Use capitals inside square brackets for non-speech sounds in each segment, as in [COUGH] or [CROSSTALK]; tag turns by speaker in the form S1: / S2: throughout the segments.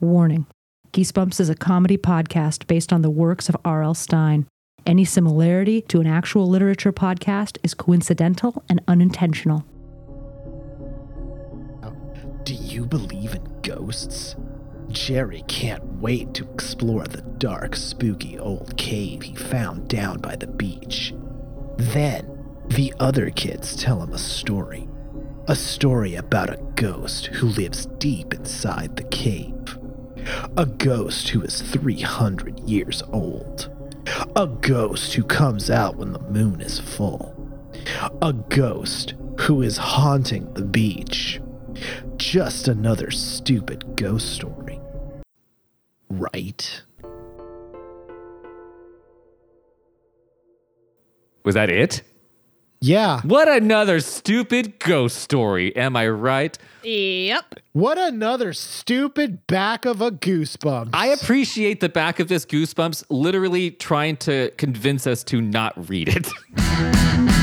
S1: Warning Geesebumps is a comedy podcast based on the works of R.L. Stein. Any similarity to an actual literature podcast is coincidental and unintentional.
S2: Do you believe in ghosts? Jerry can't wait to explore the dark, spooky old cave he found down by the beach. Then, the other kids tell him a story. A story about a ghost who lives deep inside the cave. A ghost who is 300 years old. A ghost who comes out when the moon is full. A ghost who is haunting the beach. Just another stupid ghost story. Right?
S3: Was that it?
S4: Yeah.
S3: What another stupid ghost story, am I right?
S5: Yep.
S4: What another stupid back of a goosebumps.
S3: I appreciate the back of this Goosebumps literally trying to convince us to not read it. [LAUGHS]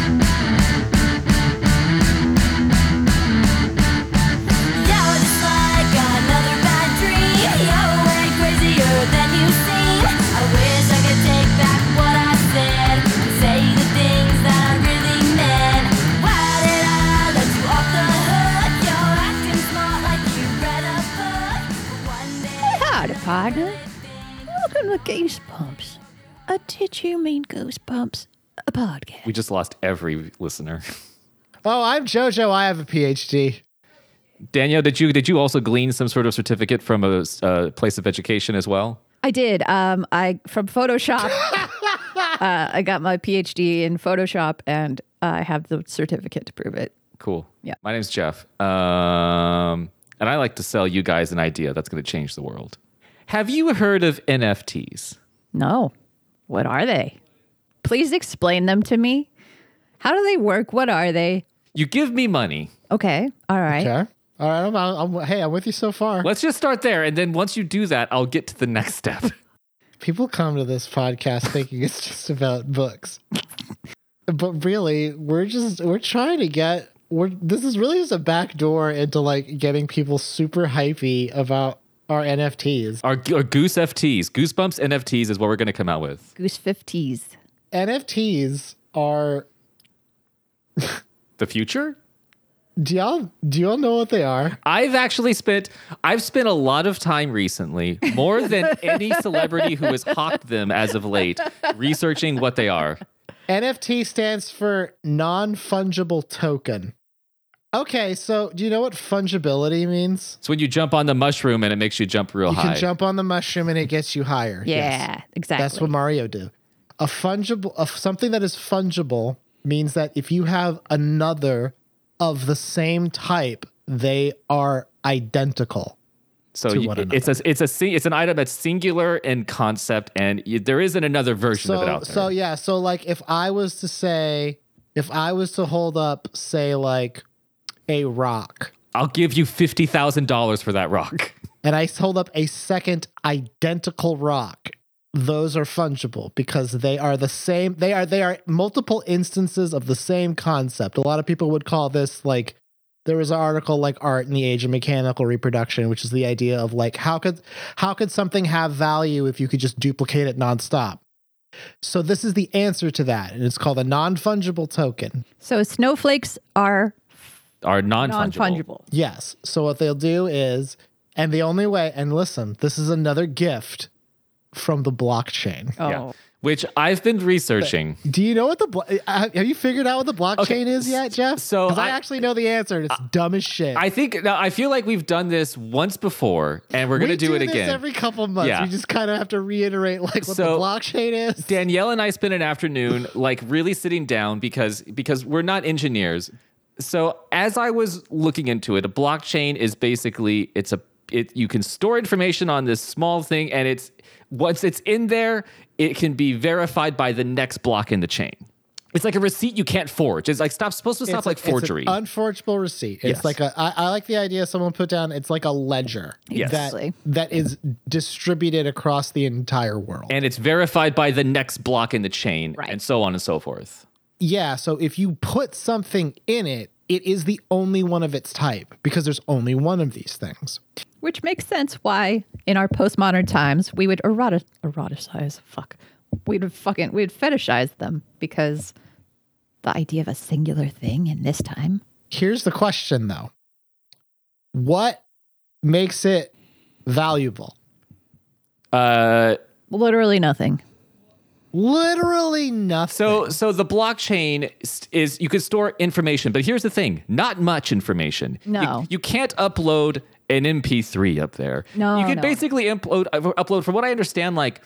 S6: Yo, it's like another bad dream. Yo, we're crazier than you seem. I wish I could take back what I said and say the things that I really meant. Why did I let you off the hook? You're acting smart like you read a book. One day.
S7: Howdy, partner. Welcome to Goosebumps. A Did You Mean Goosebumps a podcast.
S3: we just lost every listener.
S4: oh, I'm JoJo. I have a PhD.
S3: Danielle, did you did you also glean some sort of certificate from a uh, place of education as well?
S7: I did. Um, I from Photoshop. uh, I got my PhD in Photoshop, and I have the certificate to prove it.
S3: Cool.
S7: Yeah.
S3: My name's Jeff. Um, and I like to sell you guys an idea that's going to change the world. Have you heard of NFTs?
S7: No, what are they? Please explain them to me. How do they work? What are they?
S3: You give me money.
S7: Okay, all right.
S4: Okay. All right. I'm, I'm, I'm- hey, I'm with you so far.
S3: Let's just start there. And then once you do that, I'll get to the next step. [LAUGHS]
S4: People come to this podcast thinking it's just about books. But really, we're just we're trying to get we're this is really just a back door into like getting people super hypey about our NFTs.
S3: Our, our Goose FTs, Goosebumps NFTs is what we're going to come out with.
S7: Goose fifties.
S4: NFTs are
S3: The future?
S4: do y'all do y'all know what they are?
S3: I've actually spent I've spent a lot of time recently, more
S4: [LAUGHS]
S3: than any celebrity who has hawked them as of late, researching what they are.
S4: NFT stands for non-fungible token. Okay, so do you know what fungibility means?
S3: It's when you jump on the mushroom and it makes you jump real
S4: You
S3: high.
S4: can jump on the mushroom and it gets you higher.
S7: Yeah,
S4: Yes.
S7: exactly.
S4: That's what Mario do. A fungible, a, something that is fungible means that if you have another of the same type, they are identical.
S3: so
S4: to
S3: you-
S4: one
S3: it's a it's a sing- it's an item that's singular in concept, and you, there isn't another version of it
S4: So,
S3: out there.
S4: so yeah. So like, if I was to say, if I was to hold up, say like a rock,
S3: I'll give you fifty thousand dollars for that rock.
S4: and I hold up a second identical rock, those are fungible because they are the same. They are they are multiple instances of the same concept. A lot of people would call this like there was an article like art in the age of mechanical reproduction, which is the idea of like how could how could something have value if you could just duplicate it nonstop. So this is the answer to that, and it's called a non-fungible token.
S7: so snowflakes are
S3: Are non
S7: non fungible.
S4: Yes. So what they'll do is, and the only way, and listen, this is another gift from the blockchain.
S7: Oh,
S3: Yeah. Which I've been researching.
S4: Do you know what the blo- uh, have you figured out what the blockchain is yet, Jeff?
S3: so
S4: 'Cause I,
S3: I-
S4: actually know the answer. and It's dumb as shit.
S3: I think now, I feel like we've done this once before, and we're gonna
S4: we
S3: do, it
S4: this
S3: again.
S4: every couple months.
S3: Yeah.
S4: We just kind of have to reiterate like what
S3: So-
S4: the blockchain is.
S3: Danielle and I spent an afternoon like really sitting down because because we're not engineers. So as I was looking into it, a blockchain is basically it's a it you can store information on this small thing and it's once it's in there, it can be verified by the next block in the chain. It's like a receipt you can't forge. It's like stop supposed to stop like
S4: a- an
S3: forgery.
S4: unforgeable receipt. It's
S3: Yes.
S4: like a. I, I like the idea someone put down. It's like a ledger
S3: Yes.
S4: that,
S7: Exactly.
S4: that is distributed across the entire world.
S3: and it's verified by the next block in the chain
S7: Right.
S3: and so on and so forth.
S4: Yeah, so if you put something in it, it is the only one of its type because there's only one of these things.
S7: which makes sense why in our postmodern times we would erotic eroticize fuck we'd fucking we'd fetishize them because the idea of a singular thing in this time
S4: Here's the question though. What makes it valuable?
S3: Uh,
S7: literally nothing
S4: Literally nothing.
S3: so so the blockchain is- is you can store information, but here's the thing: not much information. You-
S7: No.
S3: you, can't upload an MP3 up there.
S7: No,
S3: you can
S7: no.
S3: basically upload upload from what I understand, like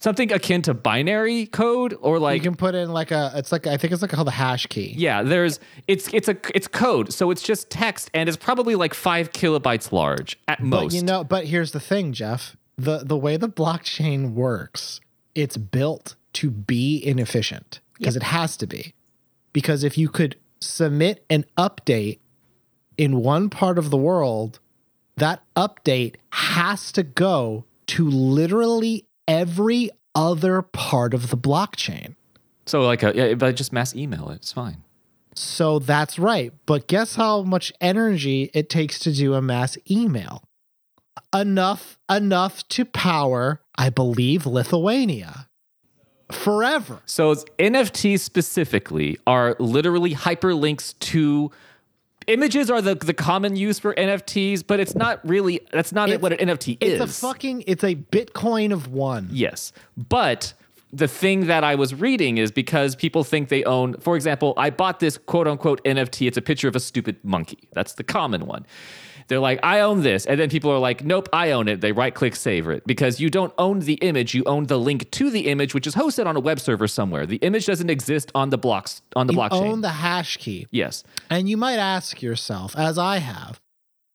S3: something akin to binary code or
S4: you
S3: like
S4: can put in like a it's like I think it's like called a hash key.
S3: Yeah, there's it's it's a it's code, so it's just text, and it's probably like five kilobytes large at
S4: But
S3: most.
S4: you know, but here's the thing, Jeff. The the way the blockchain works, it's built to be inefficient because it has to be. Because if you could submit an update in one part of the world, that update has to go to literally every other part of the blockchain.
S3: so like a yeah, but just mass email it. It's fine.
S4: So that's right. But guess how much energy it takes to do a mass email? Enough, enough to power, I believe, Lithuania forever.
S3: So it's NFTs specifically are literally hyperlinks to images are the the common use for NFTs, but it's not really that's not
S4: It's-
S3: what an NFT
S4: It's
S3: is.
S4: a fucking, it's a Bitcoin of one.
S3: Yes. But the thing that I was reading is because people think they own, for example, I bought this quote unquote NFT. It's a picture of a stupid monkey. That's the common one. They're like, I own this. And then people are like, nope, I own it. They right click save it because you don't own the image. You own the link to the image, which is hosted on a web server somewhere. The image doesn't exist on the blocks, on the
S4: You
S3: blockchain.
S4: own the hash key.
S3: yes.
S4: And you might ask yourself, as I have,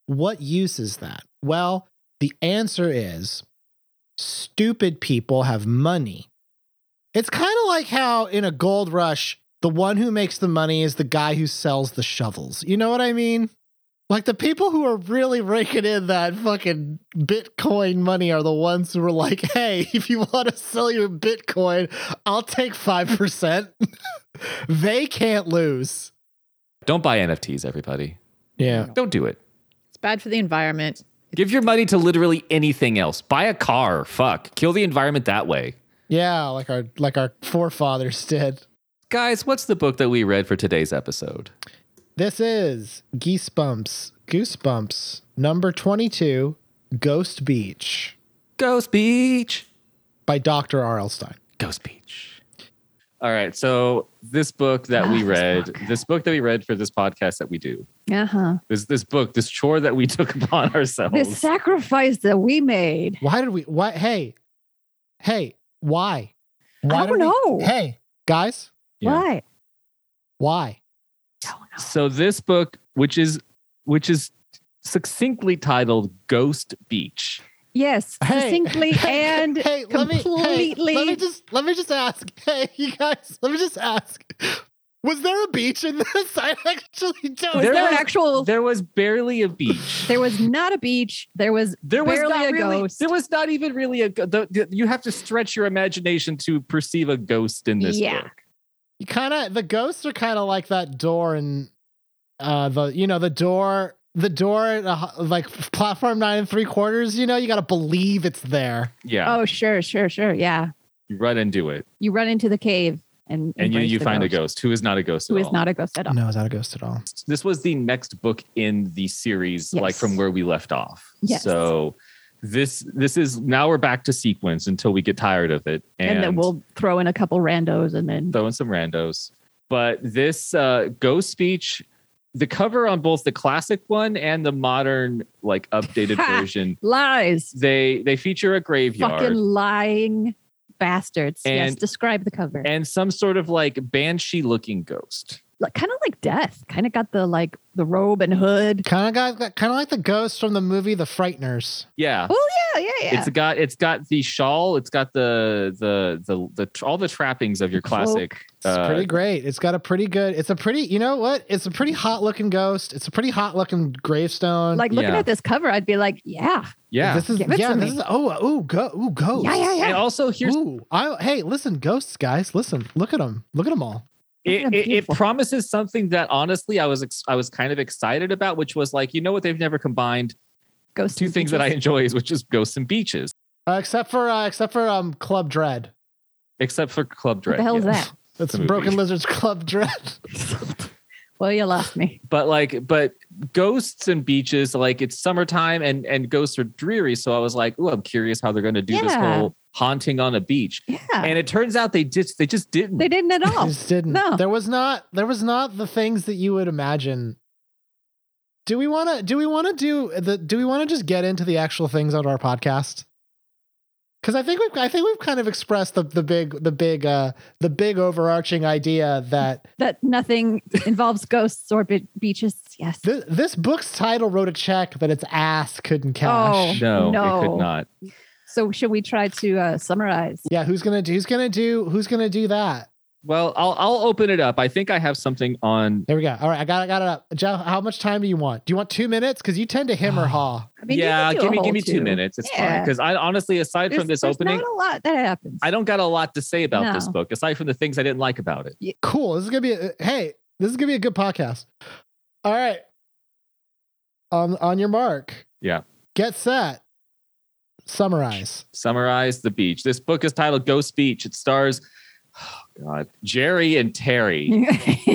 S4: what use is that? Well, the answer is stupid people have money. It's kind of like how in a gold rush, the one who makes the money is the guy who sells the shovels. You know what I mean? Like the people who are really raking in that fucking Bitcoin money are the ones who are like, [LAUGHS] hey, if you want to sell your Bitcoin, I'll take 5%. [LAUGHS] they can't lose.
S3: Don't buy NFTs, everybody.
S4: Yeah.
S3: Don't do it.
S7: it's bad for the environment
S3: Give your money to literally anything else. Buy a car. Fuck. Kill the environment that way.
S4: Yeah, like our like our forefathers [LAUGHS] did.
S3: Guys, what's the book that we read for today's episode?
S4: This is Geesebumps, Goosebumps, number 22, Ghost Beach
S3: Ghost Beach.
S4: by Dr. R.L. Stein.
S3: Ghost Beach. All right. So this book that we read, this book that we read for this podcast that we do,
S7: uh-huh
S3: this this book, this chore that we [LAUGHS] took upon ourselves.
S7: this sacrifice that we made
S4: Why did we why hey? Hey, why? Why
S7: I don't
S4: did we-
S7: know.
S4: hey, guys,
S3: Yeah.
S7: why
S4: why?
S3: so this book, which is which is succinctly titled Ghost Beach.
S7: yes
S3: [LAUGHS]
S4: Hey. [LAUGHS]
S7: succinctly and
S4: hey,
S7: completely
S4: Let me, hey, let me just let me just ask. [LAUGHS] Hey, you guys, let me just ask. Was there a beach in this? [LAUGHS] I actually don't
S7: was
S3: There
S7: there,
S3: was-
S7: an actual
S3: There was barely a beach.
S7: there was not a beach there was
S3: There was
S7: Barely
S3: not
S7: a
S3: really.
S7: ghost.
S3: There was not even really a. go- The, the- you have to stretch your imagination to perceive a ghost in this
S7: Yeah.
S3: book.
S4: you kind of the ghosts are kind of like that door and uh the you know the door the door at a ho- like platform nine and three quarters you know you gotta believe it's there
S3: Yeah,
S7: oh sure sure sure yeah
S3: you run into it,
S7: you run into the cave and
S3: and you,
S7: embrace
S3: you
S7: the
S3: find a ghost who is not a ghost
S7: who
S3: at
S7: is
S3: all.
S7: not a ghost at all.
S4: no it's not a ghost at all
S3: this was the next book in the series
S7: Yes.
S3: like from where we left off
S7: Yes.
S3: so this this is now we're back to sequence until we get tired of it
S7: And,
S3: and,
S7: then we'll throw in a couple randos and then
S3: throw in some randos but this uh ghost speech the cover on both the classic one and the modern like updated
S7: Ha!
S3: version
S7: lies.
S3: they they feature a graveyard
S7: Fucking lying bastards. yes,
S3: And-
S7: describe the cover.
S3: and some sort of like banshee looking ghost
S7: Like, kind of like death. Kind of got the like the robe and hood.
S4: kind of got kind of like the ghost from the movie the frighteners
S3: yeah
S7: Oh yeah, yeah, yeah.
S3: It's got it's got the shawl. It's got the the the the all the trappings of your classic.
S4: it's pretty great it's got a pretty good it's a pretty you know what it's a pretty hot looking ghost it's a pretty hot looking gravestone
S7: like looking
S3: yeah.
S7: at this cover, I'd be like, yeah,
S3: yeah.
S4: this is
S7: Give it
S4: yeah
S7: to
S4: this
S7: me.
S4: is oh oh go ooh ghost
S7: yeah, yeah,
S3: And
S7: yeah.
S3: also, here's
S4: Ooh, I, hey, listen, ghosts, guys, listen, look at them, look at them all.
S3: it,
S7: them
S3: it, it
S7: beautiful.
S3: promises something that honestly I was ex- I was kind of excited about, which was like you know what they've never combined
S5: Ghosts
S3: two
S5: and
S3: things that I
S5: beaches.
S3: enjoy is which is ghosts and beaches,
S4: Uh, except for uh, except for um Club Dread.
S3: except for Club Dread.
S5: What the hell is
S3: yeah.
S5: that?
S4: That's
S3: a movie.
S4: Broken Lizards Club [LAUGHS] Dread.
S5: Well, you
S3: [LAUGHS]
S5: lost me.
S3: [LAUGHS] But like, but ghosts and beaches, like it's summertime and and ghosts are dreary. So I was like, oh, I'm curious how they're going to do this
S5: Yeah.
S3: whole haunting on a beach.
S5: Yeah.
S3: And it turns out they just they just didn't.
S5: they didn't at all.
S4: just didn't.
S5: Oh, no.
S4: There was not there was not the things that you would imagine. Do we want to do we want to do the do we want to just get into the actual things on our podcast? Cuz I think we've I think we've kind of expressed the the big the big uh the big overarching idea that
S5: that nothing involves ghosts or be- beaches. Yes.
S4: th- this book's title wrote a check that its ass couldn't cash.
S5: Oh.
S3: no,
S5: No.
S3: it could not.
S5: So should we try to uh, summarize?
S4: Yeah, who's going to do who's going to do who's going to do that?
S3: Well, I'll I'll open it up. I think I have something on.
S4: There we go. All right, I got I got it up. Jeff, how much time do you want? Do you want 2 minutes cuz you tend to
S3: [SIGHS]
S4: him or haw?
S5: I mean, you
S3: yeah,
S5: could do a
S3: give me
S5: whole
S3: give me two, minutes. It's fine
S5: Yeah.
S3: because I honestly, aside
S5: There's,
S3: from this
S5: there's
S3: opening,
S5: not a lot that [LAUGHS] happens.
S3: I don't got a lot to say about
S5: No.
S3: this book aside from the things I didn't like about it.
S4: cool. This is gonna be a, hey, this is gonna be a good podcast. All right. On on your mark.
S3: Yeah.
S4: Get set. Summarize.
S3: Summarize the beach. This book is titled Ghost Beach. It stars, [SIGHS] oh God, Jerry and Terry.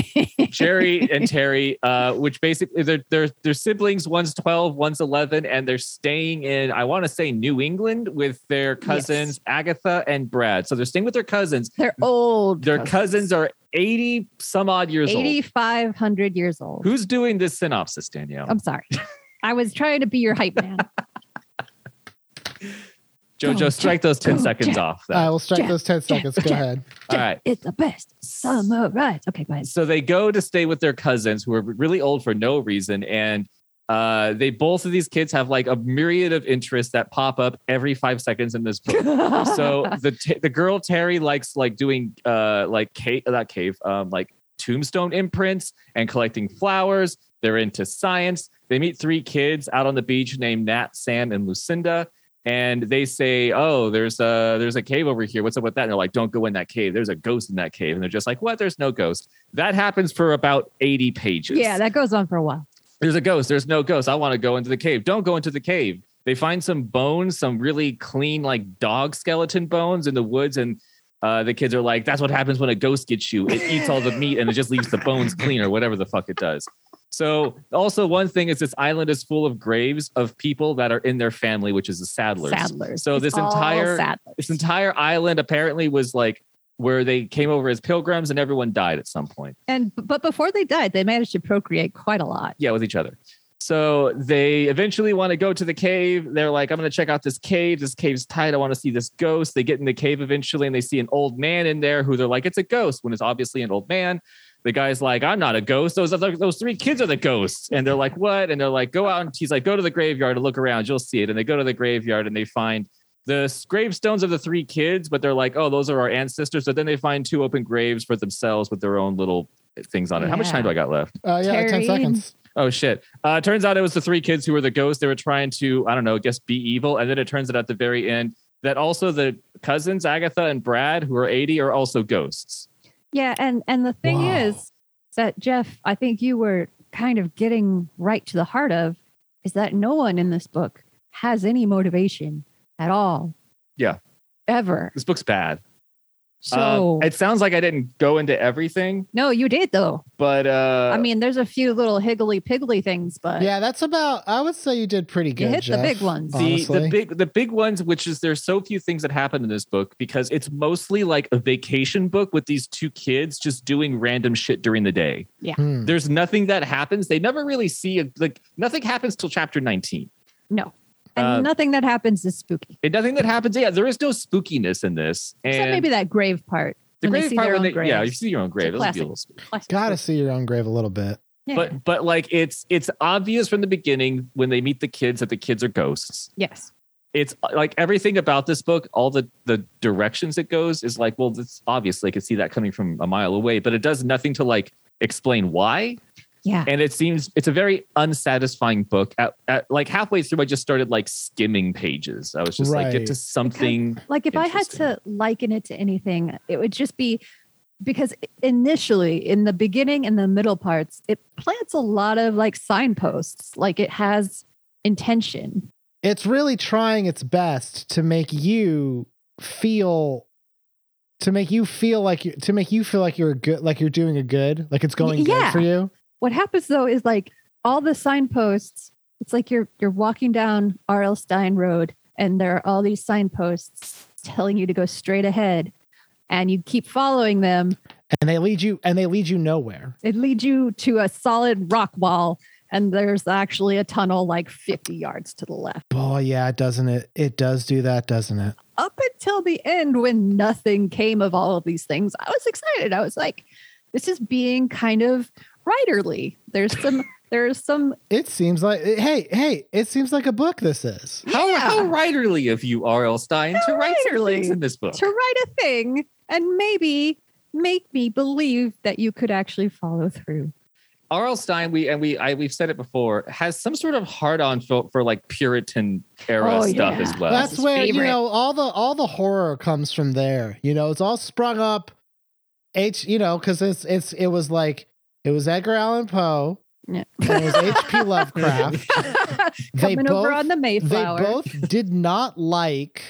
S5: [LAUGHS]
S3: Jerry and Terry, uh, which basically they're, they're they're siblings. One's twelve, one's eleven, and they're staying in I want to say New England with their cousins Agatha and Brad. So they're staying with their cousins.
S5: They're old.
S3: Their cousins are eighty some odd years old.
S5: 8,500 years old.
S3: Who's doing this synopsis, Danielle?
S5: I'm sorry. I was trying to be your hype
S3: [LAUGHS]
S5: man.
S3: Jojo, strike those ten
S5: Go,
S3: seconds
S5: Jack.
S3: off. That.
S4: I will strike
S5: Jack,
S4: those 10
S5: Jack,
S4: seconds. Go
S5: Jack.
S4: ahead.
S3: All right.
S5: It's the best summer ride. Okay, go ahead.
S3: So they go to stay with their cousins who are really old for no reason. And uh, they both of these kids have like a myriad of interests that pop up every five seconds in this book.
S5: [LAUGHS]
S3: so the t- the girl Terry likes like doing uh like cave that cave um like tombstone imprints and collecting flowers. They're into science. They meet three kids out on the beach named Nat, Sam, and Lucinda. And they say, "Oh, there's a there's a cave over here. What's up with that?" And they're like, "Don't go in that cave. There's a ghost in that cave." And they're just like, "What? There's no ghost." That happens for about eighty pages
S5: yeah, that goes on for a while.
S3: there's a ghost. There's no ghost. I want to go into the cave. Don't go into the cave. They find some bones, some really clean, like dog skeleton bones in the woods. And uh, the kids are like, that's what happens when a ghost gets you. It eats all the meat and it just leaves the bones clean or whatever the fuck it does. So, also, one thing is this island is full of graves of people that are in their family, which is the Saddlers.
S5: Saddlers.
S3: So,
S5: It's
S3: this
S5: all
S3: entire
S5: Saddlers.
S3: this entire island apparently was like where they came over as pilgrims and everyone died at some point.
S5: and but before they died, they managed to procreate quite a lot.
S3: yeah, with each other. So they eventually want to go to the cave. They're like, I'm going to check out this cave. This cave's tight. I want to see this ghost. They get in the cave eventually and they see an old man in there who they're like, it's a ghost when it's obviously an old man. The guy's like, I'm not a ghost. Those, those those three kids are the ghosts. And they're like, what? And they're like, go out. And he's like, go to the graveyard and look around. You'll see it. And they go to the graveyard and they find the s- gravestones of the three kids, but they're like, oh, those are our ancestors. So then they find two open graves for themselves with their own little things on it. How much
S5: Yeah.
S3: time do I got left?
S4: Uh, yeah, like 10
S5: Terry.
S4: seconds.
S3: Oh shit! Uh, turns out it was the three kids who were the ghosts. They were trying to, I don't know, guess be evil, and then it turns out at the very end that also the cousins Agatha and Brad, who are eighty, are also ghosts.
S5: Yeah, and and the thing
S4: Wow.
S5: is that Jeff, I think you were kind of getting right to the heart of is that no one in this book has any motivation at all.
S3: Yeah.
S5: Ever.
S3: This book's bad.
S5: So
S3: Um, it sounds like I didn't go into everything,
S5: no, you did though.
S3: but uh,
S5: I mean, there's a few little higgly piggly things, but
S4: Yeah, that's about I would say you did pretty good.
S5: hit the
S4: Jeff,
S5: big ones. The-
S3: the,
S4: honestly.
S3: the big the big ones, which is there's so few things that happen in this book because it's mostly like a vacation book with these two kids just doing random shit during the day.
S4: Hmm.
S3: There's nothing that happens. They never really see a, like nothing happens till chapter nineteen.
S5: no. And
S3: Uh,
S5: nothing that happens is spooky.
S3: And nothing that happens. Yeah, there is no spookiness in this. And
S5: Except maybe that grave part.
S3: the
S5: when they
S3: grave
S5: see
S3: part
S5: their
S3: when
S5: own
S3: they, yeah,
S5: graves.
S3: you see your own grave.
S5: It's
S3: It
S5: a
S3: was beautiful.
S4: Got to see your own grave a little bit.
S5: Yeah.
S3: But but like it's it's obvious from the beginning when they meet the kids that the kids are ghosts.
S5: yes.
S3: It's uh, like everything about this book, all the the directions it goes is like, well, it's obviously I could see that coming from a mile away, but it does nothing to like explain why.
S5: Yeah.
S3: And it seems it's a very unsatisfying book. At, at like halfway through, I just started like skimming pages. I was just like,
S4: Right.
S3: get to something.
S5: like if I had
S3: Interesting.
S5: to liken it to anything, it would just be because initially in the beginning and the middle parts, it plants a lot of like signposts, like it has intention.
S4: it's really trying its best to make you feel to make you feel like you to make you feel like you're a good like you're doing a good like it's going
S7: yeah.
S4: good for you
S5: What happens though is like all the signposts. It's like you're you're walking down R.L. Stein Road, and there are all these signposts telling you to go straight ahead, and you keep following them.
S4: and they lead you and they lead you nowhere
S5: It leads you to a solid rock wall, and there's actually a tunnel like 50 yards to the left.
S4: boy yeah doesn't it it does do that doesn't it
S5: Up until the end, when nothing came of all of these things, I was excited. I was like, "This is being kind of writerly." There's some. [LAUGHS] There's some.
S4: it seems like hey hey it seems like a book this is
S3: How,
S5: Yeah.
S3: how writerly of you, R.L. Stein, to
S5: How
S3: write some
S5: writerly.
S3: things in this book.
S5: to write a thing and maybe make me believe that you could actually follow through.
S3: R.L. Stein, we and we I, we've said it before, has some sort of hard on for, for like Puritan era
S5: Oh,
S3: stuff
S5: yeah.
S3: as well.
S4: that's
S7: his
S4: where
S7: favorite.
S4: you know all the all the horror comes from there you know it's all sprung up h you know because it's it's it was like it was edgar allan poe
S5: Yeah.
S4: and it was hp lovecraft [LAUGHS] they
S5: Coming over
S4: both
S5: on the Mayflower.
S4: they both did not like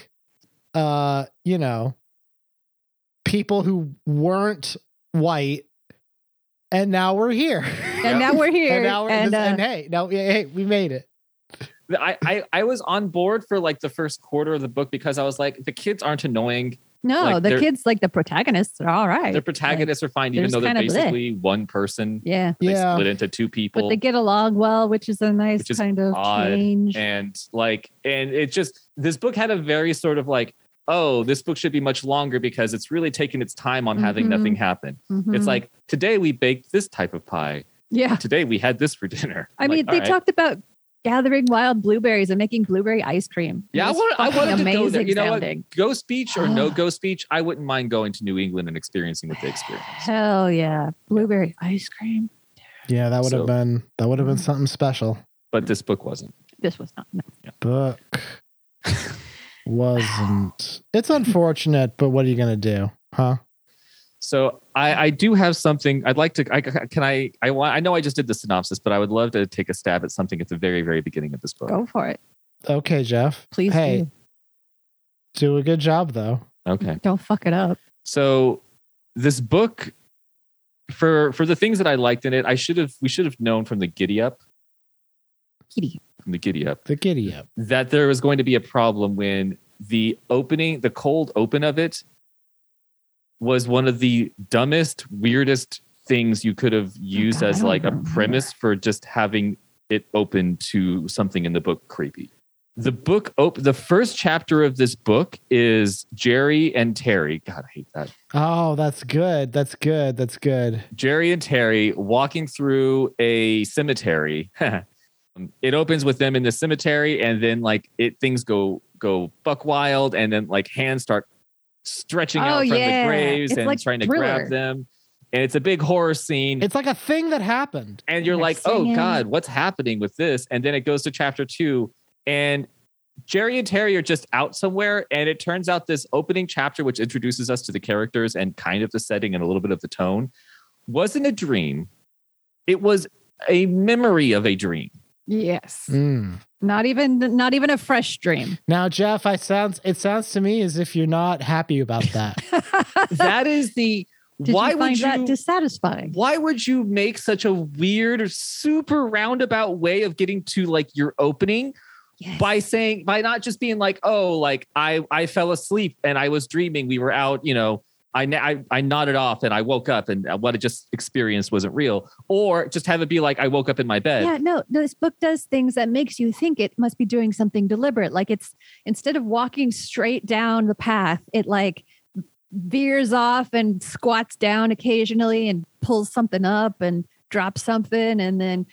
S4: uh you know people who weren't white and now we're here [LAUGHS]
S5: and now we're
S4: and
S5: here. And,
S4: now we're
S5: uh,
S4: and hey now hey we made it
S3: I, I I was on board for like the first quarter of the book because I was like, the kids aren't annoying.
S5: no,
S3: like,
S5: the
S3: they're-
S5: kids, like the protagonists, are all right.
S3: Their protagonists are fine,
S5: they're
S3: even though
S5: just
S3: they're
S5: kinda bleh.
S3: basically one person.
S5: yeah.
S3: They
S4: yeah
S3: split into two people.
S5: But they get along well, which is a nice
S3: Which is
S5: kind of
S3: odd
S5: change.
S3: and like and it just this book had a very sort of like oh this book should be much longer because it's really taking its time on having
S5: Mhm.
S3: nothing happen
S5: Mhm.
S3: it's like today we baked this type of pie
S5: yeah.
S3: today we had this for [LAUGHS] dinner
S5: I mean,
S3: Like,
S5: they
S3: all right.
S5: talked about gathering wild blueberries and making blueberry ice cream.
S3: Yeah, I
S5: It was
S3: wanna- I
S5: fucking
S3: wanted to go there.
S5: amazing
S3: You know what?
S5: sounding.
S3: ghost beach or
S5: [GASPS]
S3: no ghost beach i wouldn't mind going to new england and experiencing what they experienced
S5: Hell yeah. Blueberry ice cream.
S4: yeah that would have
S3: So-
S4: been that would have been something special
S3: but this book wasn't
S5: This was not. no.
S3: [LAUGHS]
S4: book wasn't it's unfortunate but what are you gonna do huh
S3: so I, I do have something I'd like to. I, can I? I want. I know I just did the synopsis, but I would love to take a stab at something at the very, very beginning of this book.
S5: Go for it.
S4: okay jeff
S5: Please
S4: hey do a good job though
S3: Okay.
S5: do. Don't fuck it up.
S3: so this book for for the things that i liked in it i should have we should have known from the giddy up
S5: Giddy.
S3: from the giddy up
S4: the giddy up
S3: that there was going to be a problem when the opening the cold open of it was one of the dumbest weirdest things you could have used
S5: God, I
S3: as
S5: don't
S3: like a
S5: remember.
S3: premise for just having it open to something in the book creepy the book op- the first chapter of this book is jerry and terry god i hate that
S4: Oh, that's good. That's good. That's good.
S3: Jerry and Terry walking through a cemetery. [LAUGHS] it opens with them in the cemetery, and then like it things go go buck wild, and then like hands start stretching
S5: Oh,
S3: out from
S5: yeah.
S3: the graves
S5: It's
S3: and
S5: like
S3: trying to
S5: Thriller.
S3: grab them. And it's a big horror scene.
S4: It's like a thing that happened.
S3: and you're
S5: They're
S3: like, oh
S5: singing.
S3: God, what's happening with this? And then it goes to chapter two. And Jerry and Terry are just out somewhere. And it turns out this opening chapter, which introduces us to the characters and kind of the setting and a little bit of the tone, wasn't a dream. It was a memory of a
S5: [LAUGHS]
S3: dream.
S5: Yes.
S4: Mm.
S5: Not even not even a fresh dream. [LAUGHS]
S4: Now, Jeff, I sounds it sounds to me as if you're not happy about that.
S3: That is the
S5: Did
S3: why
S5: you find
S3: would you
S5: that dissatisfying?
S3: why would you make such a weird, super roundabout way of getting to like your opening by saying by not just being like oh like i i fell asleep and i was dreaming we were out you know i na- i, I nodded off and i woke up and uh, what i just experienced wasn't real or just have it be like i woke up in my bed
S5: Yeah, no, no, this book does things that makes you think it must be doing something deliberate. Like it's instead of walking straight down the path, it like veers off and squats down occasionally and pulls something up and drops something and then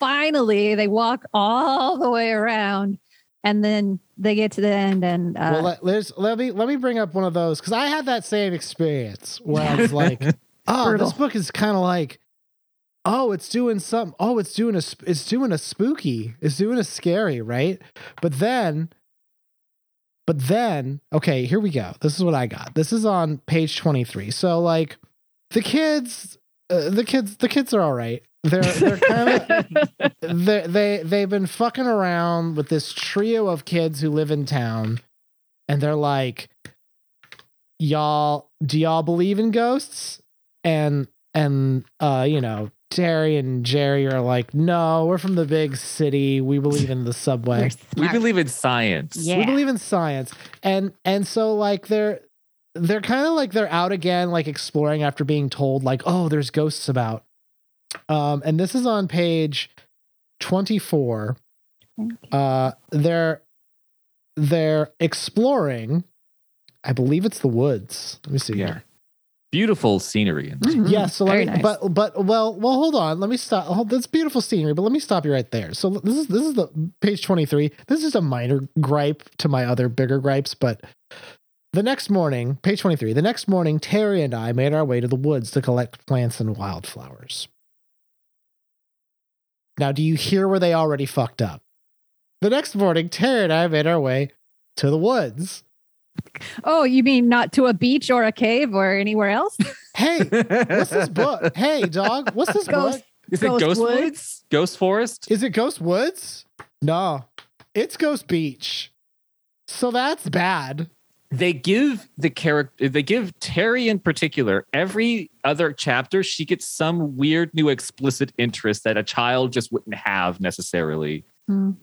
S5: finally they walk all the way around and then they get to the end and uh,
S4: well, let, let's, let me let me bring up one of those because I had that same experience where I was like, oh,
S5: Brutal.
S4: this book is kind of like, oh, it's doing something. Oh, it's doing a sp- it's doing a spooky. It's doing a scary, right? But then, but then, okay, here we go. This is what I got. This is on page twenty three. So like, the kids, uh, the kids, the kids are all right. They're they're kind of [LAUGHS] they they they've been fucking around with this trio of kids who live in town, and they're like, "Y'all, do y'all believe in ghosts?" And and uh, you know, Terry and Jerry are like, "No, we're from the big city. We believe in the subway.
S3: We believe in science.
S7: Yeah.
S4: we believe in science." And and so like they're they're kind of like they're out again, like exploring after being told like, "Oh, there's ghosts about." Um, and this is on page 24. Uh, they're they're exploring. I believe it's the woods. Let me see
S3: Yeah.
S4: here.
S3: Beautiful scenery. And
S4: Yeah, so
S7: Mm-hmm. Very
S4: let me,
S7: nice.
S4: but but well well hold on. Let me stop. Hold, that's beautiful scenery, but let me stop you right there. So this is this is the page twenty three. This is a minor gripe to my other bigger gripes, but the next morning, page twenty three. The next morning, Terry and I made our way to the woods to collect plants and wildflowers. Now, do you hear where they already fucked up? The next morning, Terry and I made our way to the woods.
S5: Oh, you mean not to a beach or a cave or anywhere else?
S4: Hey, Mm.
S3: [LAUGHS]
S4: what's this book? Hey, dog, what's this book?
S5: Ghost
S3: Is it
S5: Ghost
S3: Ghost
S5: Woods?
S3: Woods? Ghost Forest?
S4: Is it Ghost Woods? No, it's Ghost Beach. So that's bad.
S3: They give the character, they give Terry in particular, every other chapter, she gets some weird new explicit interest that a child just wouldn't have necessarily.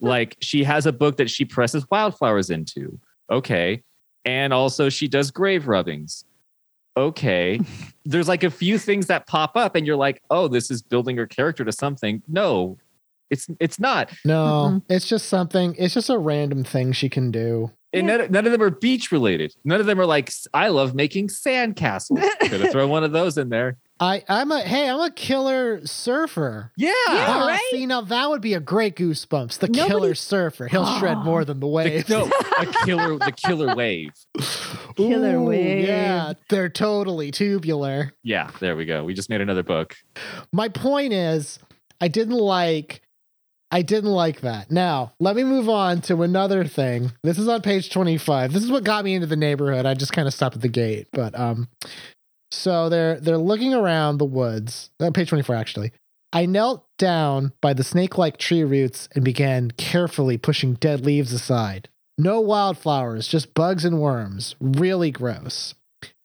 S3: Like she has a book that she presses wildflowers into. Okay. And also she does grave rubbings. Okay. There's like a few things that pop up and you're like, "Oh, this is building her character to something." No. It's it's not.
S5: [LAUGHS]
S4: No, it's just something. It's just a random thing she can do.
S3: And none, none of them are beach related. None of them are like, I love making sandcastles.
S5: [LAUGHS]
S3: Gonna throw one of those in there.
S4: I, I'm a hey, I'm a killer surfer.
S3: Yeah.
S4: Ah,
S5: right?
S4: See, now that would be a great goosebumps. The
S5: Nobody-
S4: killer surfer. He'll
S5: [GASPS]
S4: shred more than the
S3: The-
S4: waves.
S3: no, a killer, the killer wave.
S5: Killer
S4: Ooh,
S5: wave.
S4: Yeah, they're totally tubular.
S3: Yeah, there we go. We just made another book. [LAUGHS]
S4: my point is i didn't like i didn't like that now let me move on to another thing this is on page 25 this is what got me into the neighborhood i just kind of stopped at the gate but um so they're they're looking around the woods uh, page 24 actually i knelt down by the snake-like tree roots and began carefully pushing dead leaves aside no wildflowers just bugs and worms really gross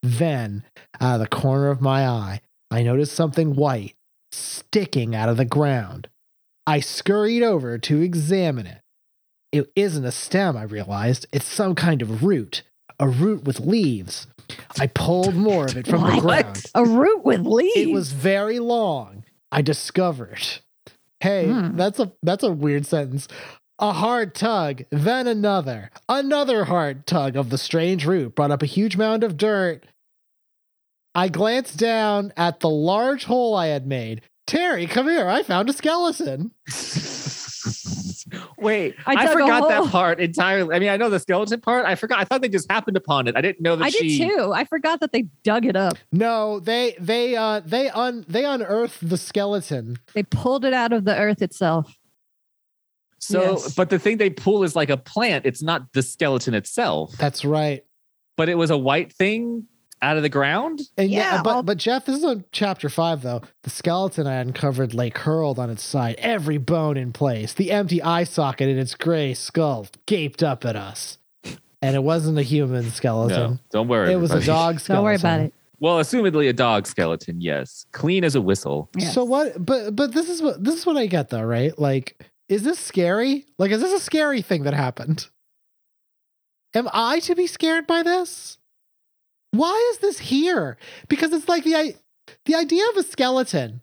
S4: then out of the corner of my eye i noticed something white sticking out of the ground. I scurried over to examine it. It isn't a stem, I realized. It's some kind of root, a root with leaves. I pulled more of it [LAUGHS] from the
S5: What?
S4: ground.
S5: a root with leaves.
S4: It was very long. I discovered. Hey,
S7: Hmm.
S4: that's a that's a weird sentence. A hard tug, then another. Another hard tug of the strange root brought up a huge mound of dirt. I glanced down at the large hole I had made. Terry, come here. I found a skeleton.
S3: Wait,
S5: I
S3: I,
S5: dug a
S3: forgot that
S5: hole.
S3: part entirely. I mean, I know the skeleton part. I forgot. I thought they just happened upon it. I didn't know that
S5: I
S3: she.
S5: did too. I forgot that they dug it up.
S4: No, they they uh they un they unearthed the skeleton.
S5: They pulled it out of the earth itself.
S3: So,
S5: Yes.
S3: but the thing they pull is like a plant. It's not the skeleton itself,
S4: That's right.
S3: but it was a white thing out of the ground.
S4: And yeah,
S5: Yeah,
S4: but
S5: all-
S4: but Jeff, this is on chapter five though. The skeleton I uncovered lay curled on its side, every bone in place. The empty eye socket in its gray skull gaped up at us. And it wasn't a human
S3: No,
S4: skeleton.
S3: don't worry.
S4: it was a
S3: everybody.
S4: dog skeleton.
S5: Don't worry about it.
S3: Well, assumedly a dog skeleton, yes. Clean as a whistle.
S5: Yes.
S4: So what but but this is what this is what I get though, right? Like, is this scary? Like, is this a scary thing that happened? Am I to be scared by this? Why is this here? Because it's like the i- the idea of a skeleton.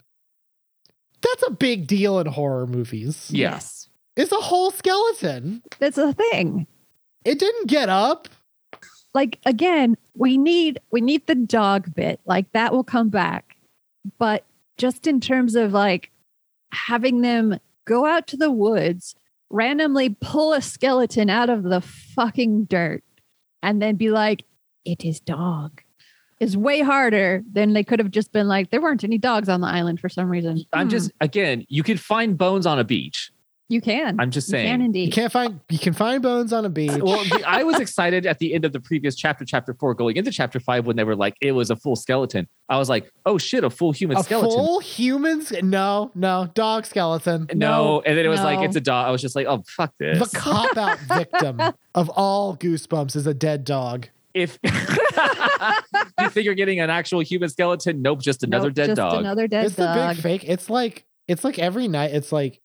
S4: That's a big deal in horror movies.
S3: Yeah.
S5: Yes.
S4: It's a whole skeleton.
S5: That's a thing.
S4: It didn't get up.
S5: like again we need we need the dog bit like that will come back but just in terms of like having them go out to the woods randomly pull a skeleton out of the fucking dirt and then be like it is dog is way harder than they could have just been like there weren't any dogs on the island for some reason
S3: I'm
S5: Hmm.
S3: just again, you could find bones on a beach.
S5: You can.
S3: I'm just
S5: You
S3: saying.
S5: can
S4: You
S5: indeed.
S4: can't find you can find bones on a beach.
S3: Well, the- I was excited at the end of the previous chapter, chapter four, going into chapter five when they were like, it was a full skeleton. I was like, oh shit, a full human
S4: a
S3: skeleton.
S4: full human? ske- No, no, dog skeleton.
S3: no, and then it was like,
S7: no.
S3: it's a dog. I was just like, oh fuck this.
S4: The cop out victim of all goosebumps is a dead dog.
S3: if [LAUGHS] you think you're getting an actual human skeleton, nope, just another
S5: Nope,
S3: dead
S5: just
S3: dog.
S5: Another dead
S4: it's the
S5: dog.
S4: big fake. It's like it's like every night. It's like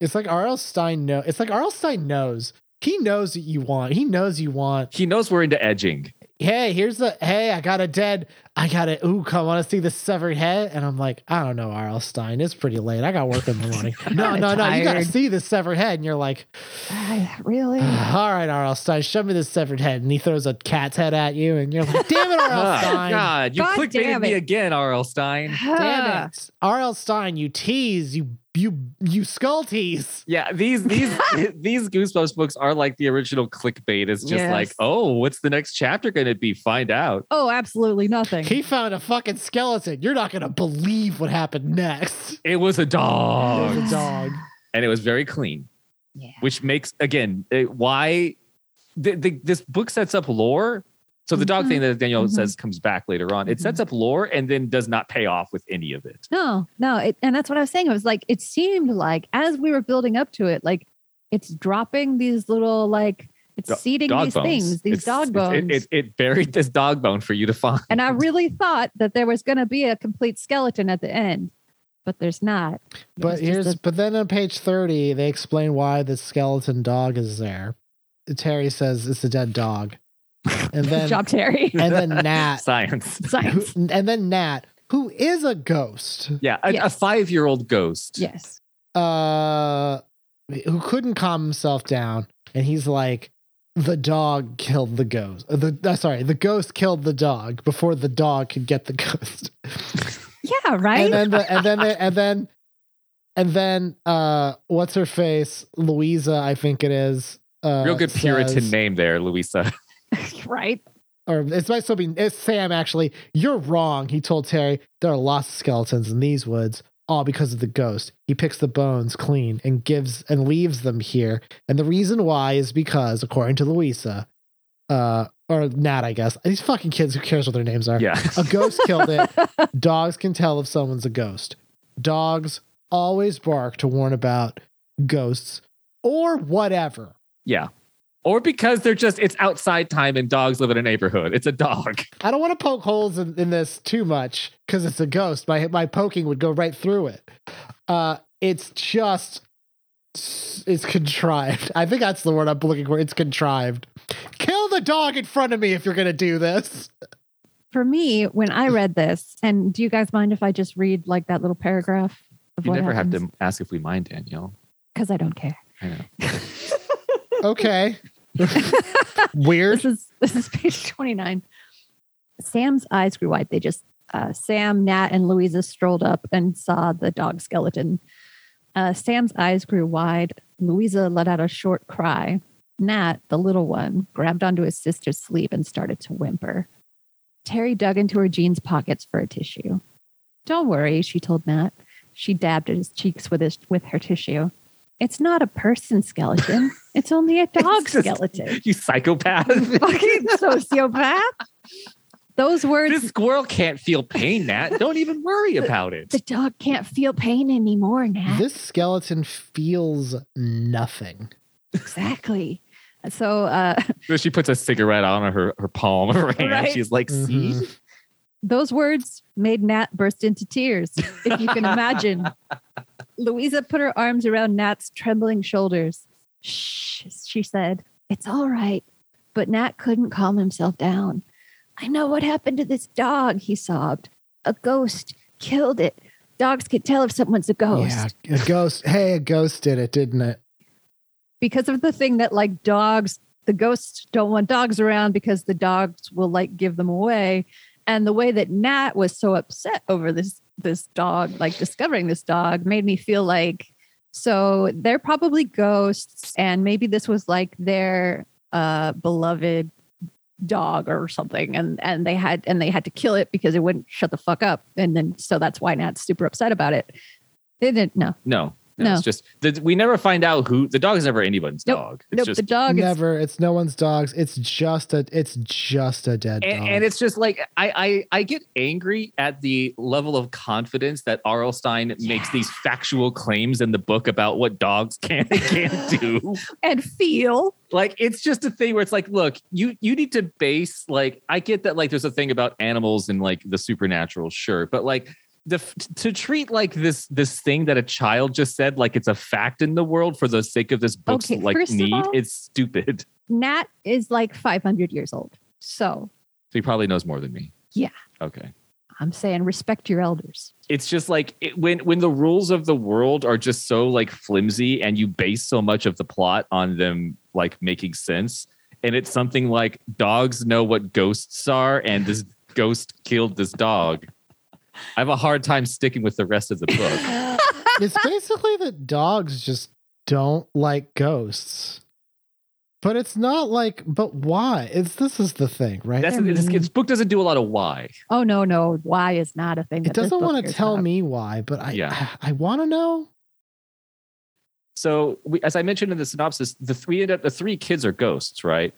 S4: it's like R.L. Stein know. It's like R.L. Stein knows. He knows what you want. He knows you want.
S3: he knows we're into edging.
S4: Hey, here's the. Hey, I got a dead. I got it. Ooh, come want to see the severed head? And I'm like, I don't know, R.L. Stein. It's pretty late. I got work in the morning. no,
S7: kinda
S4: no, no. You got to
S7: tired.
S4: see the severed head, and you're like,
S5: Ah, [SIGHS] really?
S4: all right, R.L. Stein, show me this severed head. And he throws a cat's head at you, and you're like, damn it, R.L.
S3: [LAUGHS] Ah,
S4: Stein.
S3: God, you
S5: Oh, God
S3: clickbaited
S5: damn
S3: me
S5: it.
S3: again, R.L. Stein.
S4: [SIGHS]
S5: Ah.
S4: Damn it, R.L. Stein, you tease, you you you skull tease.
S3: Yeah, these these
S5: [LAUGHS]
S3: [LAUGHS] these Goosebumps books are like the original clickbait. It's just
S7: Yes.
S3: like, oh, what's the next chapter going to be? Find out.
S5: [SIGHS] Oh, absolutely nothing.
S4: He found a fucking skeleton. You're not gonna believe what happened next.
S3: It was a
S4: There's
S5: [LAUGHS]
S3: dog,
S4: a dog.
S3: and it was very clean,
S7: Yeah.
S3: which makes again eh, why the, the, this book sets up lore. So the dog
S5: Mhm.
S3: thing that Daniel
S5: Mhm.
S3: says comes back later on. It sets up
S5: Mm-hmm.
S3: lore and then does not pay off with any of it.
S5: No, no. It, and that's what I was saying. It was like, it seemed like as we were building up to it, like it's dropping these little, like, it's
S3: Do-
S5: seeding
S3: Dog
S5: these
S3: bones.
S5: things, these
S3: It's-
S5: dog
S3: it's-
S5: bones.
S3: It, it, it buried this dog bone for you to find.
S5: and I really thought that there was going to be a complete skeleton at the end, but there's not.
S4: But
S5: It's just
S4: here's
S5: a-
S4: but then on page 30, they explain why the skeleton dog is there. Terry says it's a dead dog. And
S5: [LAUGHS]
S4: [LAUGHS]
S5: Good
S4: then
S5: job, Terry.
S4: [LAUGHS] and
S5: [LAUGHS]
S4: then Nat
S3: [LAUGHS] Science.
S4: who,
S5: Science.
S4: and then Nat, who is a ghost,
S3: Yeah, a, a
S5: Yes.
S3: five-year-old ghost.
S5: Yes.
S4: uh who couldn't calm himself down, and he's like, the dog killed the ghost. The uh, sorry, the ghost killed the dog before the dog could get the [LAUGHS] ghost.
S5: Yeah, right?
S4: and then the, and then the, and then and then uh what's her face louisa i think it is uh
S3: Real good Puritan
S4: says-
S3: name there, Louisa.
S5: [LAUGHS] right.
S4: or it might still be it's sam actually you're wrong he told terry there are lots of skeletons in these woods all because of the ghost he picks the bones clean and gives and leaves them here and the reason why is because according to louisa uh or nat i guess these fucking kids who cares what their names [LAUGHS] are
S3: Yeah.
S4: a ghost killed it. Dogs can tell if someone's a ghost. Dogs always bark to warn about ghosts or whatever.
S3: Yeah. Or because they're just it's outside time and dogs live in a neighborhood. It's a dog.
S4: I don't want to poke holes in, in this too much because it's a ghost. My my poking would go right through it. Uh, it's just it's contrived. I think that's the word I'm looking for. It's contrived. Kill the dog in front of me if you're gonna do this.
S5: For me, when I read this, and do you guys mind if I just read like that little paragraph? Of
S3: You never have to ask if we mind, Danielle.
S5: Because I don't care.
S3: I know.
S5: [LAUGHS]
S4: Okay. Weird.
S5: This is [LAUGHS] this is page 29. Sam's eyes grew wide. They just uh, Sam, Nat, and Louisa strolled up and saw the dog skeleton. Uh, Sam's eyes grew wide. Louisa let out a short cry. Nat, the little one, grabbed onto his sister's sleeve and started to whimper. Terry dug into her jeans pockets for a tissue. Don't worry, she told Nat. She dabbed at his cheeks with his with her tissue. It's not a person skeleton. It's
S3: [LAUGHS]
S5: only a dog
S3: It's just-
S5: skeleton
S3: You
S5: [LAUGHS]
S3: psychopath.
S5: fucking sociopath. Those words.
S3: [LAUGHS] this squirrel can't feel pain, Nat. Don't even worry about it.
S5: [LAUGHS] the dog can't feel pain anymore, Nat.
S4: This skeleton feels nothing.
S5: exactly. So uh,
S3: She puts a cigarette on her, her palm of her hand.
S5: Right.
S3: She's like, see?
S4: Mhm.
S5: those words made Nat burst into tears, if you
S4: [LAUGHS]
S5: can imagine. Louisa put her arms around Nat's trembling shoulders. Shh, she said. It's all right. But Nat couldn't calm himself down. I know what happened to this dog, he sobbed. A ghost killed it. Dogs can tell if someone's a ghost.
S4: Yeah, a ghost. Hey, a ghost did it, didn't it?
S5: because of the thing that like dogs the ghosts don't want dogs around because the dogs will like give them away and the way that nat was so upset over this this dog like discovering this dog made me feel like so they're probably ghosts and maybe this was like their uh beloved dog or something and and they had and they had to kill it because it wouldn't shut the fuck up and then so that's why nat's super upset about it they didn't know
S3: No. No,
S5: No.
S3: it's just the, we never find out who the dog is never anyone's
S5: Nope.
S3: dog. It's
S5: Nope,
S3: just
S5: the dog is
S4: Never. It's no one's dogs. It's just a. It's just a dead
S3: and,
S4: dog.
S3: and it's just like I, I I get angry at the level of confidence that Arlstein makes these factual claims in the book about what dogs [LAUGHS] can and
S5: [LAUGHS]
S3: can't do.
S5: and feel.
S3: like it's just a thing where it's like, look, you you need to base like I get that like there's a thing about animals and like the supernatural, sure, but like the f- to treat like this this thing that a child just said like it's a fact in the world for the sake of this book's
S5: Okay,
S3: like
S5: first of
S3: need,
S5: all-
S3: it's stupid. [LAUGHS]
S5: Nat is like 500 years old. So
S3: So he probably knows more than me.
S5: Yeah.
S3: Okay.
S5: I'm saying respect your elders.
S3: it's just like it, when when the rules of the world are just so like flimsy and you base so much of the plot on them like making sense and it's something like dogs know what ghosts are and this ghost killed this dog i have a hard time sticking with the rest of the book
S4: it's basically that dogs just don't like ghosts. But it's not like. But why? It's this is the thing, right?
S3: that's this, this book doesn't do a lot of why
S5: Oh, no, no. Why is not a thing.
S4: it
S5: that this
S4: doesn't
S5: book
S4: want to
S5: hears
S4: tell
S5: about.
S4: me why, but I
S3: Yeah.
S4: I, want to know.
S3: so we, as i mentioned in the synopsis the three end up the three kids are ghosts right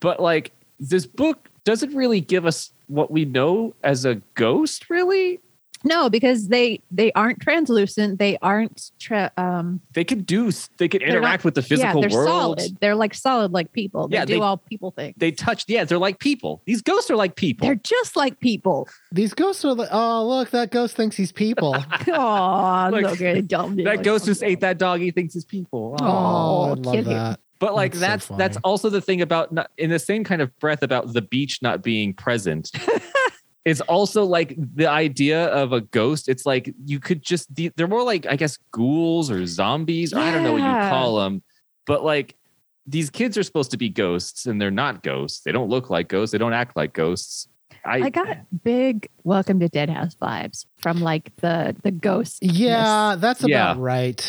S3: but like this book doesn't really give us what we know as a ghost really
S7: No, because they they aren't translucent. They aren't tra- um
S3: they could do they could
S7: not-
S3: interact with the physical
S7: yeah, they're
S3: world
S7: solid. They're like solid like people. They
S3: Yeah,
S7: do
S3: they-
S7: all people things.
S3: they touch yeah they're like people these ghosts are like people
S7: They're just like
S3: [LAUGHS]
S7: people.
S4: These ghosts are like, oh look, that ghost thinks he's people.
S5: [LAUGHS]
S7: Oh,
S3: Look,
S7: look, at dumb.
S3: that ghost just ate that dog he thinks is people
S4: oh,
S3: Aw.
S4: I
S7: Aw,
S4: love
S7: kid.
S4: that.
S3: but like
S4: That's
S3: that's
S4: so
S3: that's
S4: funny.
S3: also the thing about not, in the same kind of breath about the beach not being
S7: [LAUGHS]
S3: present it's also like the idea of a ghost it's like you could just the- they're more like i guess ghouls or zombies or i don't know what you
S7: Yeah.
S3: call them but like these kids are supposed to be ghosts and they're not ghosts they don't look like ghosts they don't act like ghosts i,
S7: I got big welcome to Dead House vibes from like the the ghost.
S4: Yeah, that's about
S3: Yeah.
S4: right.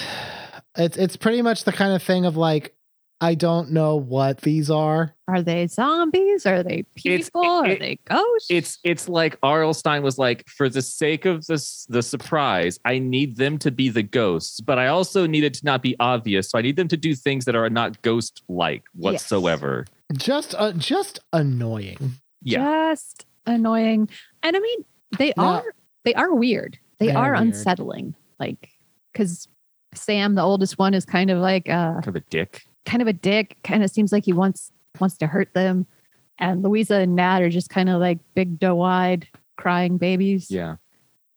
S4: It's it's pretty much the kind of thing of like, I don't know what these are.
S7: Are they zombies? Are they people? Are
S3: it-
S7: they ghosts?
S3: it's it's like Arlstein was like, for the sake of this the surprise, I need them to be the ghosts, but I also need it to not be obvious. So I need them to do things that are not ghost like whatsoever.
S4: Just uh, just annoying.
S3: Yeah.
S7: just annoying. And I mean, they
S4: No.
S7: are they are weird. They,
S4: They are
S7: are,
S4: weird.
S7: unsettling. Like cuz Sam, the oldest one is kind of like uh
S3: Kind of a dick.
S7: kind of a dick, kind of seems like he wants wants to hurt them. And Louisa and Nat are just kind of like big doe-eyed crying babies.
S3: Yeah.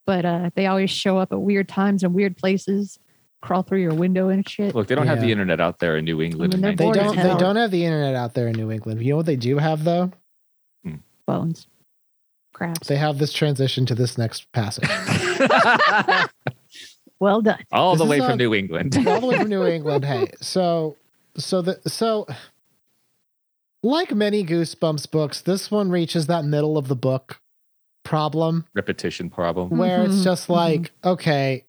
S7: But uh they always show up at weird times and weird places, crawl through your window and shit.
S3: Look, they don't have the
S4: Yeah.
S3: internet out there in New England.
S7: I mean,
S3: in
S4: They
S7: Bored as
S4: don't they
S7: hell.
S4: don't have the internet out there in New England. You know what they do have though?
S7: Bones. Crabs.
S4: They have this transition to this next passage. [LAUGHS]
S3: 1990.
S7: Well done.
S3: [LAUGHS] All the
S4: This
S3: way
S4: is
S3: from
S4: a-
S3: New England.
S4: all the way from New England. Hey, so so the so like many Goosebumps books, this one reaches that middle of the book problem
S3: Repetition problem.
S4: where it's
S7: Mhm,
S4: just like, okay,